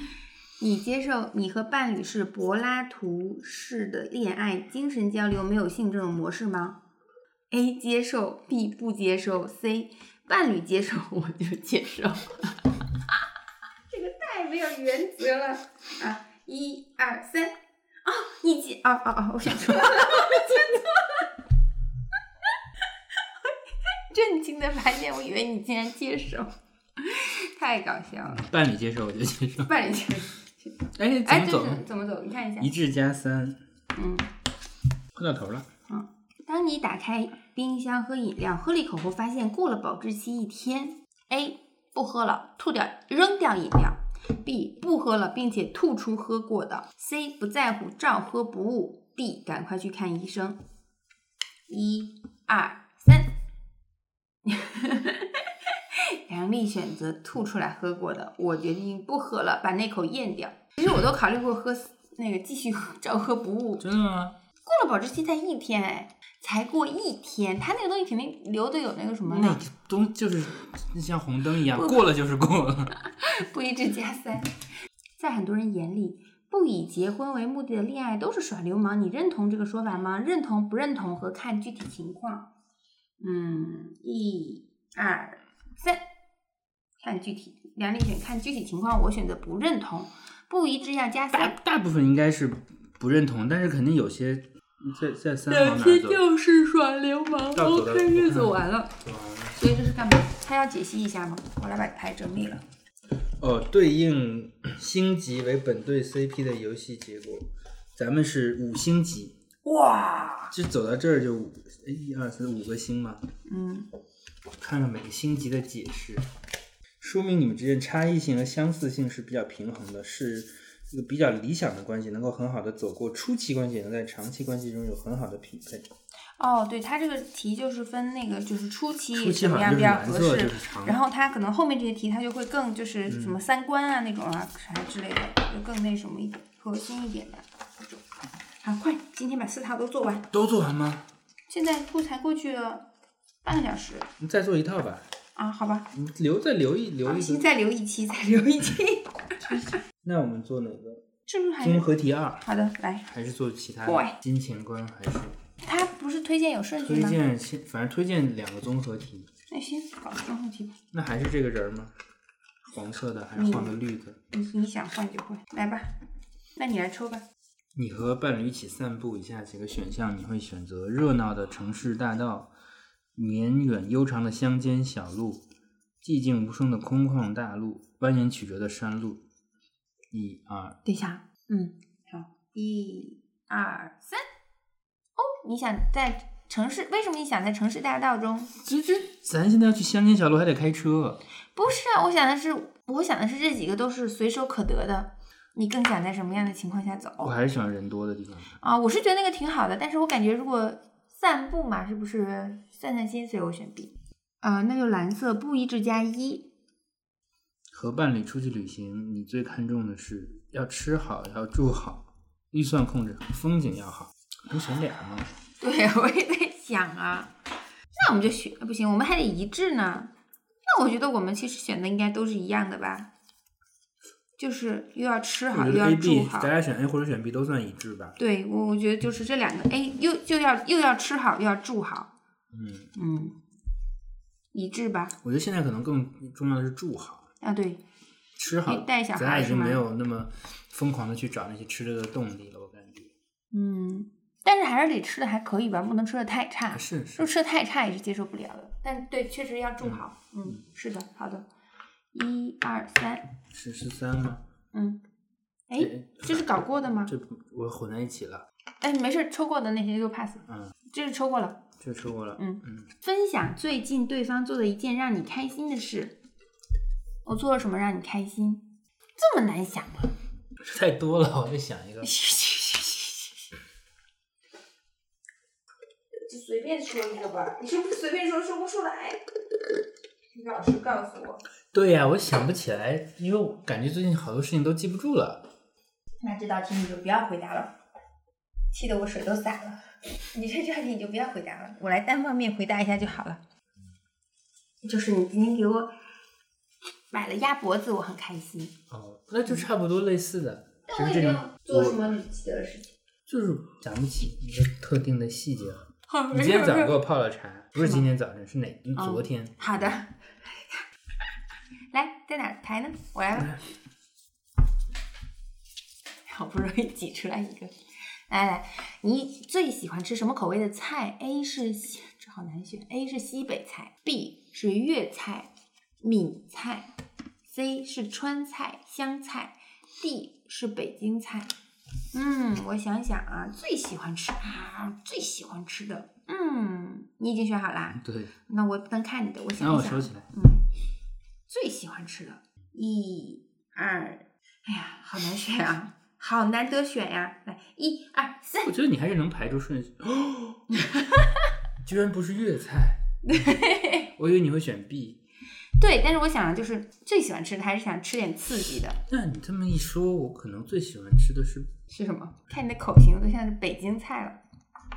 Speaker 2: 你接受你和伴侣是柏拉图式的恋爱，精神交流没有性这种模式吗？A 接受，B 不接受，C 伴侣接受，我就接受。 这个太没有原则了啊！一二三，哦，你接，哦哦哦，我想错了， 我想错了。震惊的发现，我以为你竟然接受， 太搞笑了。
Speaker 1: 伴侣接受我就接受。
Speaker 2: 伴侣接受。
Speaker 1: 哎，怎
Speaker 2: 哎，
Speaker 1: 么
Speaker 2: 这
Speaker 1: 走？
Speaker 2: 是怎么走？你看一下
Speaker 1: 一。至加三，
Speaker 2: 嗯，
Speaker 1: 快到头了。
Speaker 2: 当你打开冰箱喝饮料，喝了一口后发现过了保质期一天，A 不喝了，吐掉扔掉饮料；B 不喝了，并且吐出喝过的；C 不在乎，照喝不误；D 赶快去看医生。一、二、三。 杨丽选择吐出来喝过的，我决定不喝了，把那口咽掉。其实我都考虑过喝那个继续 喝照喝不误，
Speaker 1: 真的吗？
Speaker 2: 过了保质期才一天哎，才过一天，它那个东西肯定留的有那个什么
Speaker 1: 那个东就是像红灯一样，
Speaker 2: 不
Speaker 1: 过了就是过了。
Speaker 2: 不一致加塞。 在很多人眼里，不以结婚为目的的恋爱都是耍流氓，你认同这个说法吗？认同不认同和看具体情况。嗯，一、二、三，看具体。梁丽选看具体情况，我选择不认同，不一致要加
Speaker 1: 大
Speaker 2: 塞。
Speaker 1: 大部分应该是不认同，但是肯定有些在在三号
Speaker 2: 两
Speaker 1: 哪
Speaker 2: 天
Speaker 1: 走。
Speaker 2: 就是耍流氓
Speaker 1: 到头了
Speaker 2: ，OK，日子完了。
Speaker 1: 哇
Speaker 2: 所以这是干嘛？他要解析一下吗？我来把牌整理了。
Speaker 1: 哦，对应星级为本队 CP 的游戏结果，咱们是五星级，
Speaker 2: 哇，
Speaker 1: 就走到这儿就五哎一二三五个星嘛，
Speaker 2: 嗯，
Speaker 1: 看看每个星级的解释，说明你们之间差异性和相似性是比较平衡的，是一个比较理想的关系，能够很好的走过初期关系，也能在长期关系中有很好的匹配。
Speaker 2: 哦，对，它这个题就是分那个就是初
Speaker 1: 初
Speaker 2: 期
Speaker 1: 期
Speaker 2: 怎
Speaker 1: 好
Speaker 2: 么
Speaker 1: 像
Speaker 2: 样
Speaker 1: 就是
Speaker 2: 比较
Speaker 1: 蓝色，
Speaker 2: 合
Speaker 1: 就
Speaker 2: 适，
Speaker 1: 是长，嗯
Speaker 2: 然后它可能后面这些题它就会更就是什么三观啊那种啊啥之类的，就更那什么一点，核心一点吧。啊，快，今天把四套都做完，
Speaker 1: 都做完吗？
Speaker 2: 现在过才过去了半个小时
Speaker 1: 你再做一套吧，
Speaker 2: 啊，好吧，
Speaker 1: 你留再留一留
Speaker 2: 好
Speaker 1: 一
Speaker 2: 心
Speaker 1: 个。
Speaker 2: 再留一期，再留一期，
Speaker 1: 那我们做哪个？
Speaker 2: 是不是还
Speaker 1: 综
Speaker 2: 是
Speaker 1: 合题二，
Speaker 2: 好的？来，
Speaker 1: 还是做其他
Speaker 2: 对
Speaker 1: 的？金钱观还是
Speaker 2: 它不是推荐有顺序
Speaker 1: 推
Speaker 2: 吗？
Speaker 1: 荐先？反正推荐两个综合题。
Speaker 2: 那先搞综合题吧，
Speaker 1: 那还是这个人吗？黄色的还是
Speaker 2: 你
Speaker 1: 换个绿的？
Speaker 2: 你你想换就换，来吧，那你来抽吧。
Speaker 1: 你和伴侣一起散步，以下几个选项你会选择：热闹的城市大道，绵远悠长的乡间小路，寂静无声的空旷大路，蜿蜒曲折的山路。一二，
Speaker 2: 等一下，嗯，好，一二三。哦，你想在城市？为什么你想在城市大道中？
Speaker 1: 这这，咱现在要去乡间小路还得开车。
Speaker 2: 不是啊，我想的是，我想的是这几个都是随手可得的。你更想在什么样的情况下走？
Speaker 1: 我还是喜欢人多的地方。
Speaker 2: 啊，我是觉得那个挺好的，但是我感觉如果散步嘛，是不是散散心？所以我选 B。啊、那就蓝色不一致加一。
Speaker 1: 和伴侣出去旅行，你最看重的是要吃好，要住好，预算控制好，风景要好。能选俩吗？
Speaker 2: 对，我也在想啊。那我们就选不行，我们还得一致呢。那我觉得我们其实选的应该都是一样的吧，就是又要吃好，
Speaker 1: 我觉得
Speaker 2: 又要
Speaker 1: A、
Speaker 2: 住
Speaker 1: B，
Speaker 2: 好
Speaker 1: 大。家选 A 或者选 B 都算一致吧。
Speaker 2: 对，我我觉得就是这两个，哎，又就要又要吃好，又要住好，
Speaker 1: 嗯，
Speaker 2: 嗯，一致吧？
Speaker 1: 我觉得现在可能更重要的是住好、
Speaker 2: 啊，对，
Speaker 1: 吃
Speaker 2: 可以
Speaker 1: 好。
Speaker 2: 带小
Speaker 1: 咱俩
Speaker 2: 孩
Speaker 1: 已
Speaker 2: 是
Speaker 1: 经
Speaker 2: 吗
Speaker 1: 没？有那么疯狂的去找那些吃的的动力了，我感觉。
Speaker 2: 嗯，但是还是得吃的还可以吧，不能吃的太差
Speaker 1: 啊，。是，
Speaker 2: 就是吃的太差也是接受不了的。但对，确实要住好。嗯，是的，好的。一二三，
Speaker 1: 是十三吗？
Speaker 2: 嗯，哎，
Speaker 1: 这
Speaker 2: 这是搞过的吗？
Speaker 1: 这不我混在一起了。
Speaker 2: 哎，没事儿，抽过的那些就 pass。
Speaker 1: 嗯，
Speaker 2: 这是抽过了。
Speaker 1: 这吃过了。
Speaker 2: 嗯
Speaker 1: 嗯，
Speaker 2: 分享最近对方做的一件让你开心的事。我做了什么让你开心？这么难 想吗？啊
Speaker 1: 太多了，我就想一个
Speaker 2: 就。随便说一个吧，你是不是随便说说不出来？你老师告诉我，
Speaker 1: 对呀、我想不起来，因为我感觉最近好多事情都记不住了。
Speaker 2: 那这道题你就不要回答了，气得我水都洒了。你这道题你就不要回答了，我来单方面回答一下就好了。就是你今天给我买了鸭脖子，我很开心。
Speaker 1: 哦，那就差不多类似的，
Speaker 2: 但
Speaker 1: 只
Speaker 2: 我
Speaker 1: 是
Speaker 2: 也
Speaker 1: 这
Speaker 2: 没
Speaker 1: 种
Speaker 2: 有做什么离奇的事情。
Speaker 1: 就是想不起一个特定的细节了。
Speaker 2: 好，
Speaker 1: 你今天早上给我泡了茶，不是今天早晨，是哪？
Speaker 2: 哦
Speaker 1: 昨天。
Speaker 2: 好的， 来，在哪儿排呢？我来吧。 好不容易挤出来一个，来来，你最喜欢吃什么口味的菜？A 是西，这好难选。A 是西北菜，B 是粤菜、闽菜，C 是川菜、湘菜，D 是北京菜。嗯，我想想啊，最喜欢吃啊，最喜欢吃的，嗯，你已经选好啦？
Speaker 1: 对，
Speaker 2: 那我不能看你的，我
Speaker 1: 然
Speaker 2: 想
Speaker 1: 后
Speaker 2: 一
Speaker 1: 我
Speaker 2: 想。
Speaker 1: 收起 来。
Speaker 2: 嗯，最喜欢吃的，一二，哎呀，好难选啊，好难得选呀、来，一二三，
Speaker 1: 我觉得你还是能排出顺 序。居然不是粤菜，我以为你会选 B。
Speaker 2: 对，但是我想的就是最喜欢吃的，还是想吃点刺激的，
Speaker 1: 那你这么一说，我可能最喜欢吃的是
Speaker 2: 是什么？看你的口型都像是北京菜了。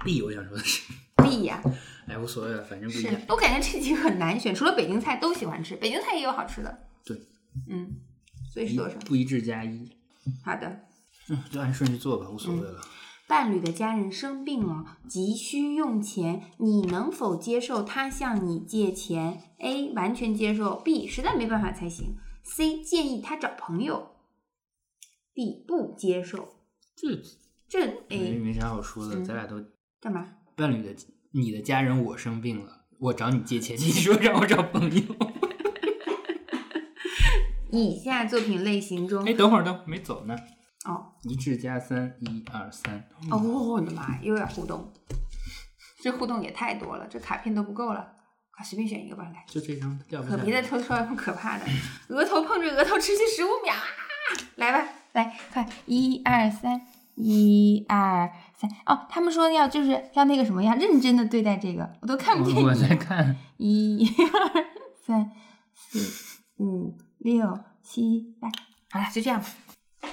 Speaker 1: B。我想说的是，
Speaker 2: B 呀、
Speaker 1: 哎，无所谓了，反正不一
Speaker 2: 是
Speaker 1: 样。
Speaker 2: 我感觉这几个很难选，除了北京菜都喜欢吃，北京菜也有好吃的。
Speaker 1: 对，
Speaker 2: 嗯，所以是多少？
Speaker 1: 不一致加一，
Speaker 2: 好的，
Speaker 1: 嗯，就按顺序做吧，无所谓了。
Speaker 2: 伴侣的家人生病了，急需用钱，你能否接受他向你借钱？A. 完全接受；B. 实在没办法才行；C. 建议他找朋友；D. 不接受。
Speaker 1: 这
Speaker 2: 这
Speaker 1: 没
Speaker 2: A
Speaker 1: 没啥好说的，
Speaker 2: 哎嗯
Speaker 1: 咱俩都
Speaker 2: 干嘛？
Speaker 1: 伴侣的，你的家人我生病了，我找你借钱， 你说让我找朋友。
Speaker 2: 以下作品类型中
Speaker 1: 哎哎，，等会儿，等会儿没走呢。
Speaker 2: 哦
Speaker 1: 一至加三，一二三，
Speaker 2: 哦，我的妈呀，又要互动，这互动也太多了，这卡片都不够了，快随便选一个吧，来。
Speaker 1: 就这张掉不
Speaker 2: 可
Speaker 1: 下
Speaker 2: 别再
Speaker 1: 来。
Speaker 2: 偷偷了，可怕的，额头碰着额头持续十五秒，啊来吧，来快，一二三，一二三，哦，他们说要就是要那个什么，要认真的对待这个，我都看不 见
Speaker 1: 我我在
Speaker 2: 你，
Speaker 1: 看，
Speaker 2: 一二三四五六七八，好了，就这样吧，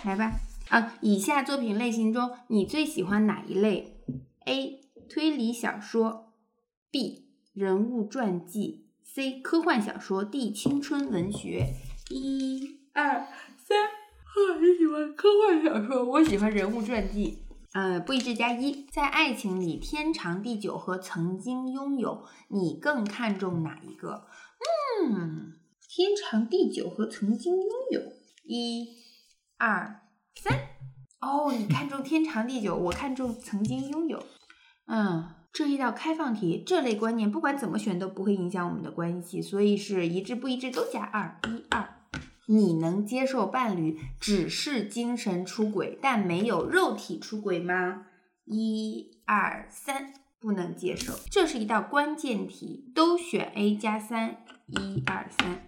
Speaker 2: 来吧，啊，以下作品类型中你最喜欢哪一类？A 推理小说，B 人物传记，C 科幻小说，D 青春文学。一、二、三， 啊，你喜欢科幻小说，我喜欢人物传记。呃，不一致加一，在爱情里天长地久和曾经拥有，你更看重哪一个？嗯，天长地久和曾经拥有。一、二、三。哦，你看重天长地久，我看重曾经拥有。嗯，这是一道开放题，这类观念不管怎么选都不会影响我们的关系，所以是一致不一致都加二，一二。你能接受伴侣只是精神出轨，但没有肉体出轨吗？一二三，不能接受。这是一道关键题，都选 A 加三，一二三。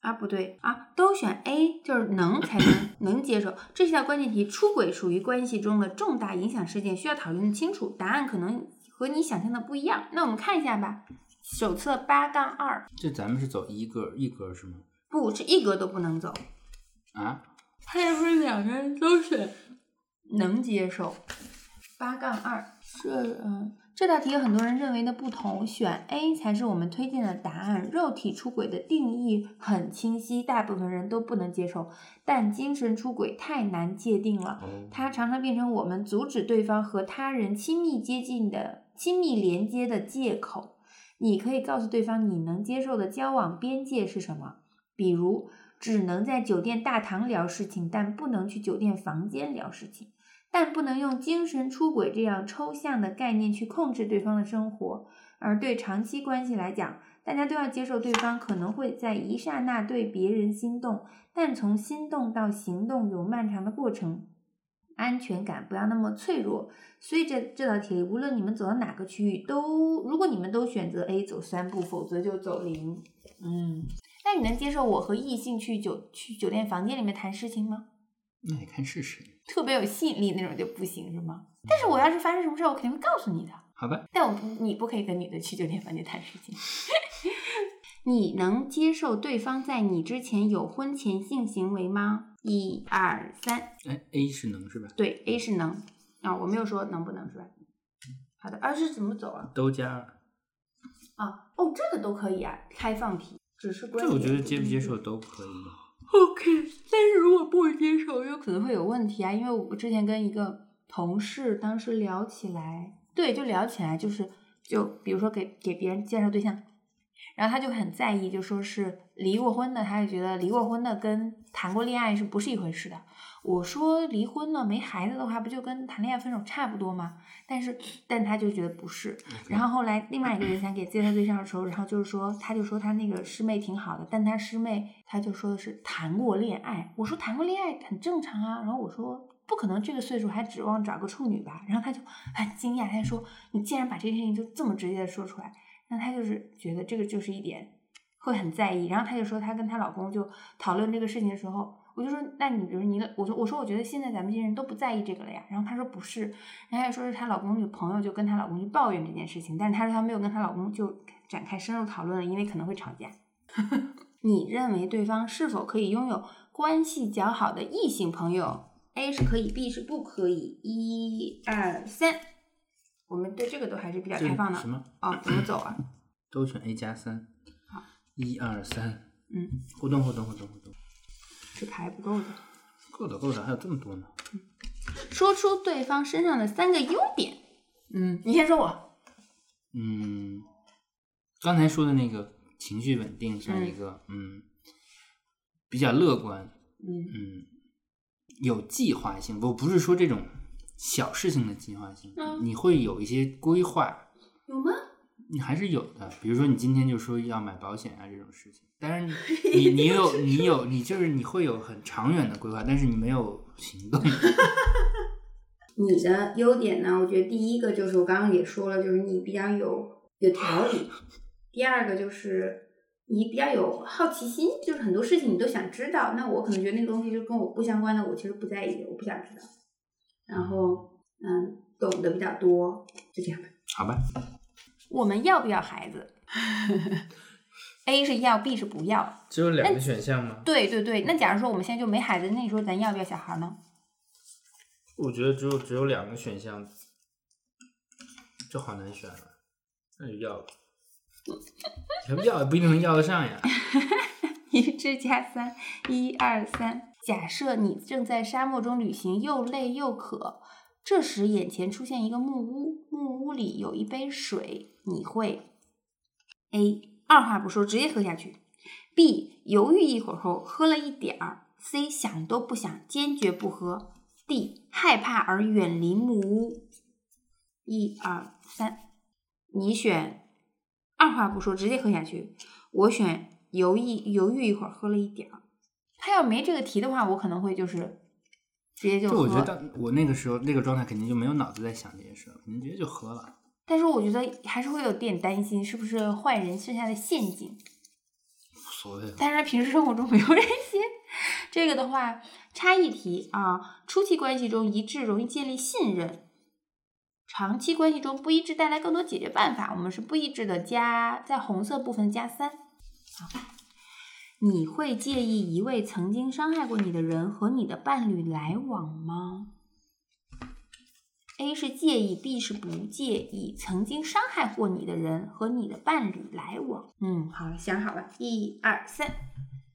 Speaker 2: 啊，不对啊，都选 A 就是能才能能接受。这是道关键题，出轨属于关系中的重大影响事件，需要讨论清楚。答案可能和你想象的不一样。那我们看一下吧，手册八杠二，
Speaker 1: 这咱们是走一格一格是吗？
Speaker 2: 不，这一格都不能走。
Speaker 1: 啊，
Speaker 2: 他要不是两个人都选能接受，八杠二，这嗯，这道题有很多人认为的不同，选 A 才是我们推荐的答案。肉体出轨的定义很清晰，大部分人都不能接受，但精神出轨太难界定了。
Speaker 1: 哦
Speaker 2: 它常常变成我们阻止对方和他人亲密接近的、亲密连接的借口。你可以告诉对方你能接受的交往边界是什么，比如只能在酒店大堂聊事情，但不能去酒店房间聊事情，但不能用精神出轨这样抽象的概念去控制对方的生活。而对长期关系来讲，大家都要接受对方可能会在一刹那对别人心动，但从心动到行动有漫长的过程，安全感不要那么脆弱。所以这这道题里，无论你们走到哪个区域，都如果你们都选择 A 走三步，否则就走零。嗯，那你能接受我和异性去酒去酒店房间里面谈事情吗？
Speaker 1: 那得看是谁，
Speaker 2: 特别有吸引力那种就不行是吗？但是我要是发生什么事儿，我肯定会告诉你的。
Speaker 1: 好吧？
Speaker 2: 但我不，你不可以跟女的去酒店房间谈事情。 你能接受对方在你之前有婚前性行为吗？一二三，
Speaker 1: 哎，A 是能是吧？
Speaker 2: 对，A 是能啊、我没有说能不能是吧？好的，二、是怎么走啊？
Speaker 1: 都加二，
Speaker 2: 啊，哦，这个都可以啊，开放题，只是关
Speaker 1: 这我觉
Speaker 2: 联
Speaker 1: 得接不接
Speaker 2: 定
Speaker 1: 受都可以。
Speaker 2: OK，但是如果不接受，有可能会有问题啊。因为我之前跟一个同事当时聊起来，对，就聊起来，就是就比如说给给别人介绍对象，然后他就很在意，就说是离过婚的，他就觉得离过婚的跟谈过恋爱是不是一回事的。我说离婚了没孩子的话，不就跟谈恋爱分手差不多吗？但是但他就觉得不是，然后后来另外一个人想给介绍对象的时候，然后就是说，他就说他那个师妹挺好的，但他师妹他就说的是谈过恋爱。我说谈过恋爱很正常啊，然后我说不可能这个岁数还指望找个处女吧，然后他就很惊讶，他就说你竟然把这件事情就这么直接的说出来，那他就是觉得这个就是一点会很在意，然后他就说她跟她老公就讨论这个事情的时候，我就说那你比如你，我说我说我觉得现在咱们这些人都不在意这个了呀，然后她说不是，然后她说是她老公女朋友就跟她老公去抱怨这件事情，但是她说她没有跟她老公就展开深入讨论了，因为可能会吵架。 你认为对方是否可以拥有关系较好的异性朋友？A 是可以，B 是不可以。一二三，我们对这个都还是比较
Speaker 1: 这
Speaker 2: 开放的
Speaker 1: 什么？
Speaker 2: 哦，怎么走啊？
Speaker 1: 都选 A 加三，一二三，
Speaker 2: 嗯，
Speaker 1: 互动互动互动互动，
Speaker 2: 这牌不够的。
Speaker 1: 够了够了，还有这么多呢。
Speaker 2: 说出对方身上的三个优点。嗯，你先说我。
Speaker 1: 嗯，刚才说的那个情绪稳定算一个，嗯比较乐观，
Speaker 2: 嗯
Speaker 1: 嗯，有计划性。我不是说这种小事情的计划性，
Speaker 2: 嗯
Speaker 1: 你会有一些规划，
Speaker 2: 有吗？
Speaker 1: 你还是有的。比如说，你今天就说要买保险啊这种事情，但是你你有你有你就是你会有很长远的规划，但是你没有行动。
Speaker 2: 你的优点呢？我觉得第一个就是我刚刚也说了，就是你比较有有条理；第二个就是你比较有好奇心，就是很多事情你都想知道。那我可能觉得那个东西就跟我不相关的，我其实不在意，我不想知道。然后，嗯，懂得比较多，就这样。
Speaker 1: 好吧，
Speaker 2: 我们要不要孩子？A 是要，B 是不要。
Speaker 1: 只有两个选项吗？
Speaker 2: 对对对，那假如说我们现在就没孩子，那你说咱要不要小孩呢？
Speaker 1: 我觉得只有只有两个选项，这好难选啊！那就要吧，要也不一定能要得 上呀。
Speaker 2: 一至加三，一二三。假设你正在沙漠中旅行，又累又渴，这时眼前出现一个木屋，木屋里有一杯水，你会 A 二话不说直接喝下去，B 犹豫一会儿后喝了一点儿，C 想都不想坚决不喝，D 害怕而远离木屋。一二三，你选二话不说直接喝下去，我选犹豫犹豫一会儿喝了一点儿。他要没这个题的话，我可能会就是直接就
Speaker 1: 就
Speaker 2: 喝。
Speaker 1: 我觉得当我那个时候那个状态肯定就没有脑子在想这些事儿，肯定直接就喝了。
Speaker 2: 但是我觉得还是会有点担心，是不是坏人设下的陷阱？
Speaker 1: 无所谓了，
Speaker 2: 但是平时生活中没有这些。这个的话，差异题啊，初期关系中一致容易建立信任，长期关系中不一致带来更多解决办法。我们是不一致的加在红色部分加三。好，你会介意一位曾经伤害过你的人和你的伴侣来往吗？A 是介意，B 是不介意曾经伤害过你的人和你的伴侣来往。嗯，好了，想好了，一二三。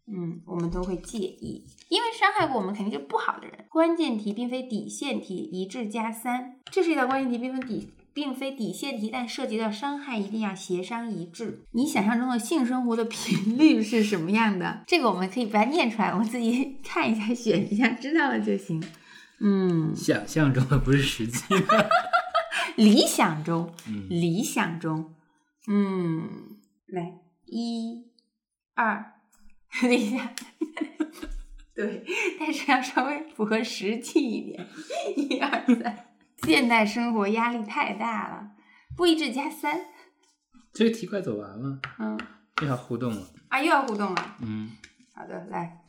Speaker 2: 嗯，我们都会介意，因为伤害过我们肯定是不好的人。关键题并非底线题，一至加三，这是一道关键题，并非底并非底线题，但涉及到伤害，一定要协商一致。你想象中的性生活的频率是什么样的？这个我们可以把它念出来，我自己 看一下选一下，知道了就行。嗯，
Speaker 1: 想象中的不是实 际的。
Speaker 2: 理想中，
Speaker 1: 嗯，
Speaker 2: 理想中，嗯，来一、二， 等一下， 对，但是要稍微符合实际一点，一二三。现代生活压力太大了，不一致加三，
Speaker 1: 这个题快走完了，
Speaker 2: 嗯，
Speaker 1: 又要互动了。
Speaker 2: 啊，又要互动了。
Speaker 1: 嗯，
Speaker 2: 好的，来，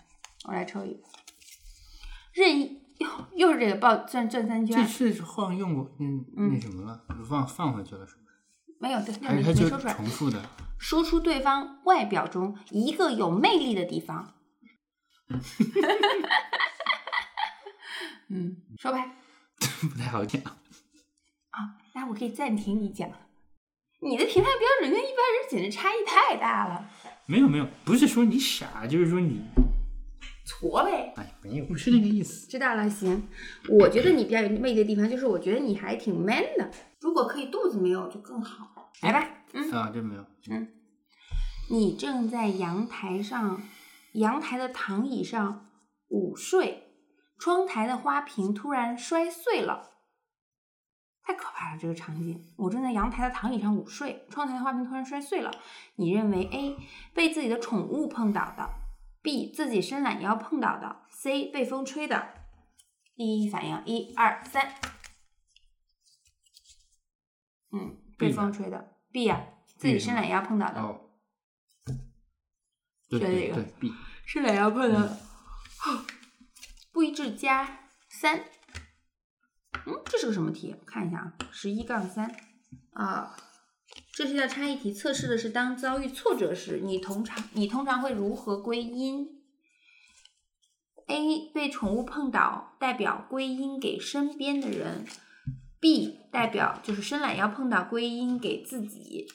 Speaker 2: 我来抽一个，任意又又是这个报转转三
Speaker 1: 这
Speaker 2: 圈，
Speaker 1: 是换用过嗯那什么了，放放回去了是不是？
Speaker 2: 没有，对，那
Speaker 1: 还
Speaker 2: 没
Speaker 1: 是它
Speaker 2: 没
Speaker 1: 就
Speaker 2: 说出来。
Speaker 1: 重复的？
Speaker 2: 说出对方外表中一个有魅力的地方。嗯，说吧，
Speaker 1: 不太好讲。
Speaker 2: 那我可以暂停你讲。你的评判标准跟一般人简直差异太大了，
Speaker 1: 没有没有，不是说你傻，就是说你
Speaker 2: 挫呗。
Speaker 1: 哎没有，不是那个意思。
Speaker 2: 知道了，行。我觉得你比较有魅力的地方就是，我觉得你还挺 man 的。如果可以肚子没有就更好。来吧，
Speaker 1: 啊，这没有。
Speaker 2: 你正在阳台上，阳台的躺椅上午睡，窗台的花瓶突然摔碎了，太可怕了！这个场景，我正在阳台的躺椅上午睡，窗台的花瓶突然摔碎了。你认为 A 被自己的宠物碰倒的，B 自己伸懒腰碰倒的，C 被风吹的。第一反应，一二三，嗯，被
Speaker 1: B 吧
Speaker 2: 风吹的，B 呀、自己
Speaker 1: B 是
Speaker 2: 伸
Speaker 1: 吗
Speaker 2: 懒腰碰倒的。
Speaker 1: 哦，对
Speaker 2: 选
Speaker 1: 对
Speaker 2: 哪
Speaker 1: 对
Speaker 2: 个
Speaker 1: ，B
Speaker 2: 是哪要碰的？ 不一致加三。嗯，这是个什么题？我看一下啊，十一杠三。啊，这是一道差异题，测试的是当遭遇挫折时，你通常你通常会如何归因？A 被宠物碰倒，代表归因给身边的人；B 代表就是伸懒腰碰倒，归因给自己。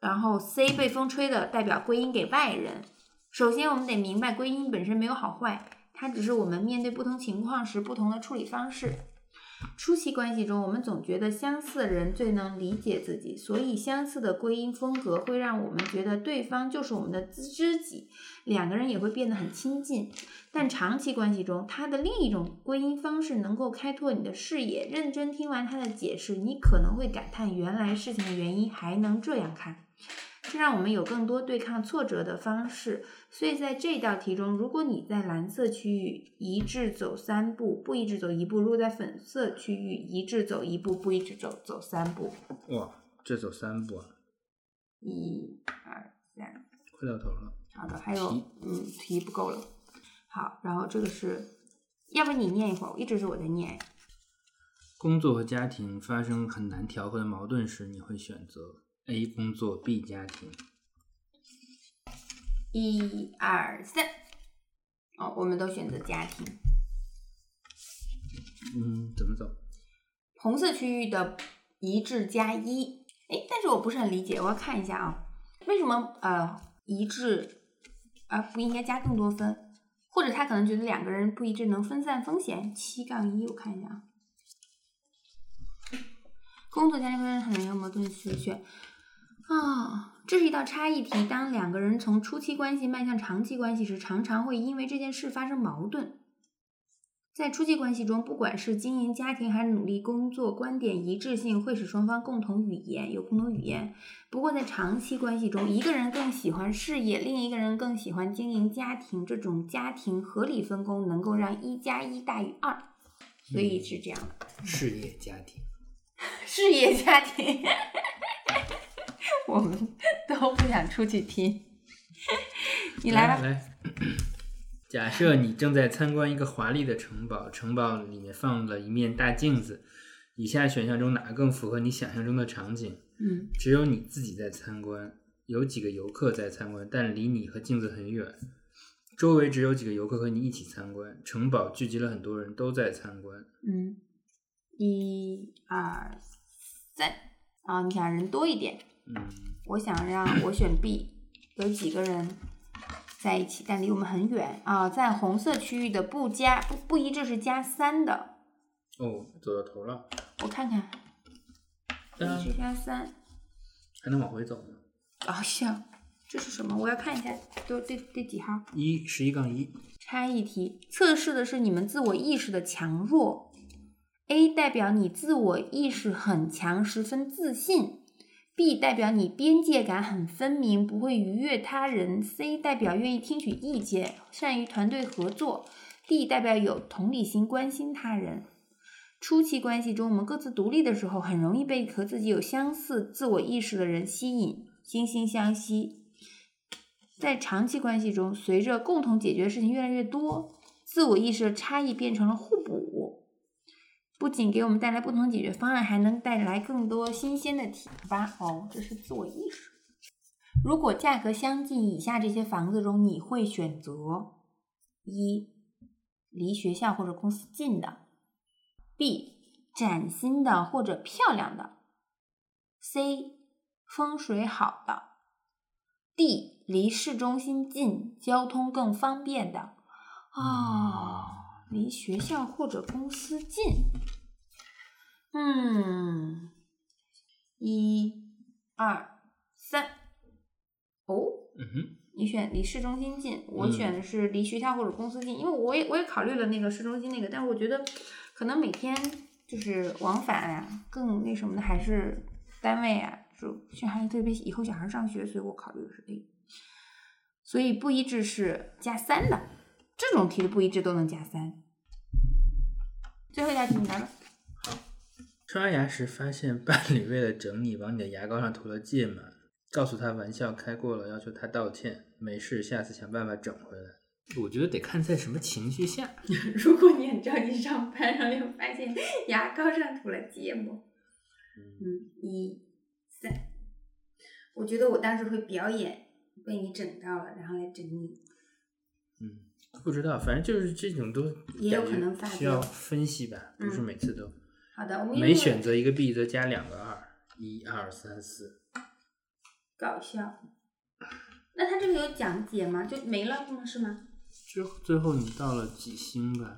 Speaker 2: 然后 C 被风吹的代表归因给外人。首先，我们得明白归因本身没有好坏，它只是我们面对不同情况时不同的处理方式。初期关系中，我们总觉得相似的人最能理解自己，所以相似的归因风格会让我们觉得对方就是我们的知知己，两个人也会变得很亲近。但长期关系中，他的另一种归因方式能够开拓你的视野。认真听完他的解释，你可能会感叹原来事情的原因还能这样看。这让我们有更多对抗挫折的方式。所以在这道题中，如果你在蓝色区域一致走三步，不一致走一步；如果在粉色区域一致走一步，不一致走走三步。
Speaker 1: 哇，这走三步啊，
Speaker 2: 一、二、三，
Speaker 1: 快到头了。
Speaker 2: 好的，还有
Speaker 1: 题
Speaker 2: 嗯，题不够了。好，然后这个是，要不你念一会儿，一直是我在念。
Speaker 1: 工作和家庭发生很难调和的矛盾时，你会选择 A 工作 B 家庭。
Speaker 2: 一、二、三。哦，我们都选择家庭。
Speaker 1: 嗯，怎么走？
Speaker 2: 红色区域的一致加一。哎，但是我不是很理解，我要看一下啊，为什么呃一致啊不应该加更多分？或者他可能觉得两个人不一致能分散风险。七杠一，我看一下啊。工作家庭婚姻很难有矛盾时选啊、这是一道差异题。当两个人从初期关系迈向长期关系时，常常会因为这件事发生矛盾。在初级关系中，不管是经营家庭还是努力工作，观点一致性会使双方共同语言有共同语言。不过，在长期关系中，一个人更喜欢事业，另一个人更喜欢经营家庭，这种家庭合理分工能够让一加一大于二，所以是这样的。
Speaker 1: 事业家庭。
Speaker 2: 事业家庭， 我们都不想出去听。你来吧，
Speaker 1: 来。 假设你正在参观一个华丽的城堡，城堡里面放了一面大镜子。以下选项中哪个更符合你想象中的场景？
Speaker 2: 嗯，
Speaker 1: 只有你自己在参观，有几个游客在参观，但离你和镜子很远。周围只有几个游客和你一起参观，城堡聚集了很多人，都在参观。
Speaker 2: 嗯，一二三，啊，你想人多一点，
Speaker 1: 嗯，
Speaker 2: 我想让我选 B，有几个人在一起，但离我们很远啊，在红色区域的不加不不一致是加三的，
Speaker 1: 哦，走到头了，
Speaker 2: 我看看，不
Speaker 1: 当然
Speaker 2: 一致加三，
Speaker 1: 还能往回走吗？
Speaker 2: 啊笑，这是什么？我要看一下，都这这几号？
Speaker 1: 一十一杠一，
Speaker 2: 差异题测试的是你们自我意识的强弱。A 代表你自我意识很强，十分自信；B 代表你边界感很分明，不会逾越他人；C 代表愿意听取意见，善于团队合作；D 代表有同理心，关心他人。初期关系中，我们各自独立的时候，很容易被和自己有相似自我意识的人吸引，惺惺相惜。在长期关系中，随着共同解决的事情越来越多，自我意识的差异变成了互补，不仅给我们带来不同的解决方案，还能带来更多新鲜的启发。哦，这是自我意识。如果价格相近，以下这些房子中，你会选择一离学校或者公司近的；B 崭新的或者漂亮的；C 风水好的。D 离市中心近，交通更方便的。哦，离学校或者公司近。嗯，一、二、三。哦，
Speaker 1: 嗯哼，
Speaker 2: 你选离市中心近，我
Speaker 1: 嗯
Speaker 2: 选的是离学校或者公司近，因为我也我也考虑了那个市中心那个，但我觉得可能每天就是往返啊，更那什么的还是单位啊，就小孩特别以后小孩上学，所以我考虑的是 A，所以不一致是加三的，这种题的不一致都能加三。最后一道题你来吧，
Speaker 1: 刷牙时发现伴侣为了整你，往你的牙膏上涂了芥末，告诉他玩笑开过了，要求他道歉，没事，下次想办法整回来。我觉得得看在什么情绪下。
Speaker 2: 如果你很着急上班，然后又发现牙膏上涂了芥末。嗯，一三，我觉得我当时会表演被你整到了，然后来整你。
Speaker 1: 嗯，不知道，反正就是这种都
Speaker 2: 也有
Speaker 1: 感觉
Speaker 2: 可能发
Speaker 1: 需要
Speaker 2: 飙
Speaker 1: 分析吧，不是
Speaker 2: 嗯
Speaker 1: 每次都。
Speaker 2: 好的，我们
Speaker 1: 每选择一个 B 则加两个二，一二三四。
Speaker 2: 搞笑。那他这个有讲解吗？就没了吗？是吗？
Speaker 1: 最最后你到了几星吧？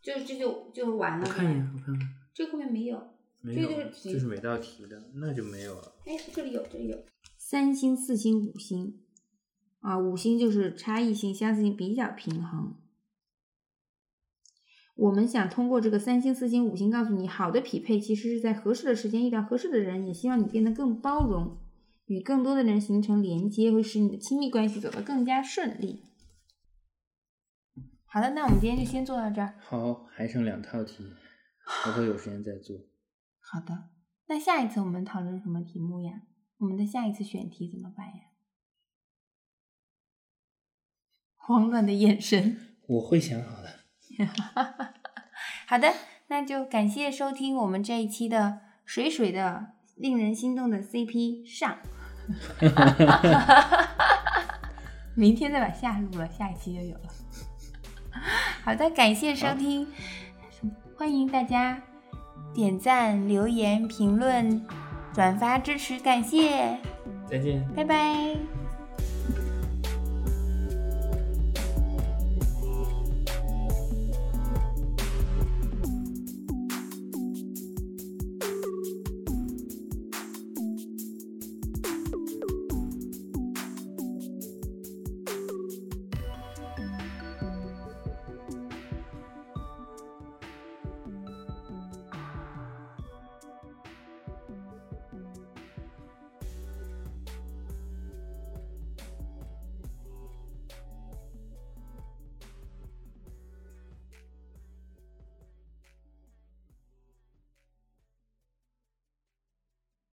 Speaker 2: 就这就就完
Speaker 1: 我
Speaker 2: 了。
Speaker 1: 看一眼，我看看，
Speaker 3: 这后面没有。
Speaker 1: 没
Speaker 3: 这
Speaker 1: 有，
Speaker 3: 个就是题
Speaker 1: 这是每道题的，那就没有了。
Speaker 3: 哎，这里有，这里有。
Speaker 2: 三星、四星、五星，啊，五星就是差异性、相似性比较平衡。我们想通过这个三星、四星、五星告诉你，好的匹配其实是在合适的时间遇到合适的人，也希望你变得更包容，与更多的人形成连接，会使你的亲密关系走得更加顺利。好的，那我们今天就先做到这儿。
Speaker 1: 好，还剩两套题，回头有时间再做。
Speaker 2: 好的，那下一次我们讨论什么题目呀？我们的下一次选题怎么办呀？ 慌乱的眼神。
Speaker 1: 我会想好的。
Speaker 2: 好的，那就感谢收听我们这一期的水水的令人心动的 CP 上。 明天再把下录了，下一期就有了。好的，感谢收听，欢迎大家点赞、留言、评论、转发支持，感谢，
Speaker 1: 再见。
Speaker 2: 拜拜。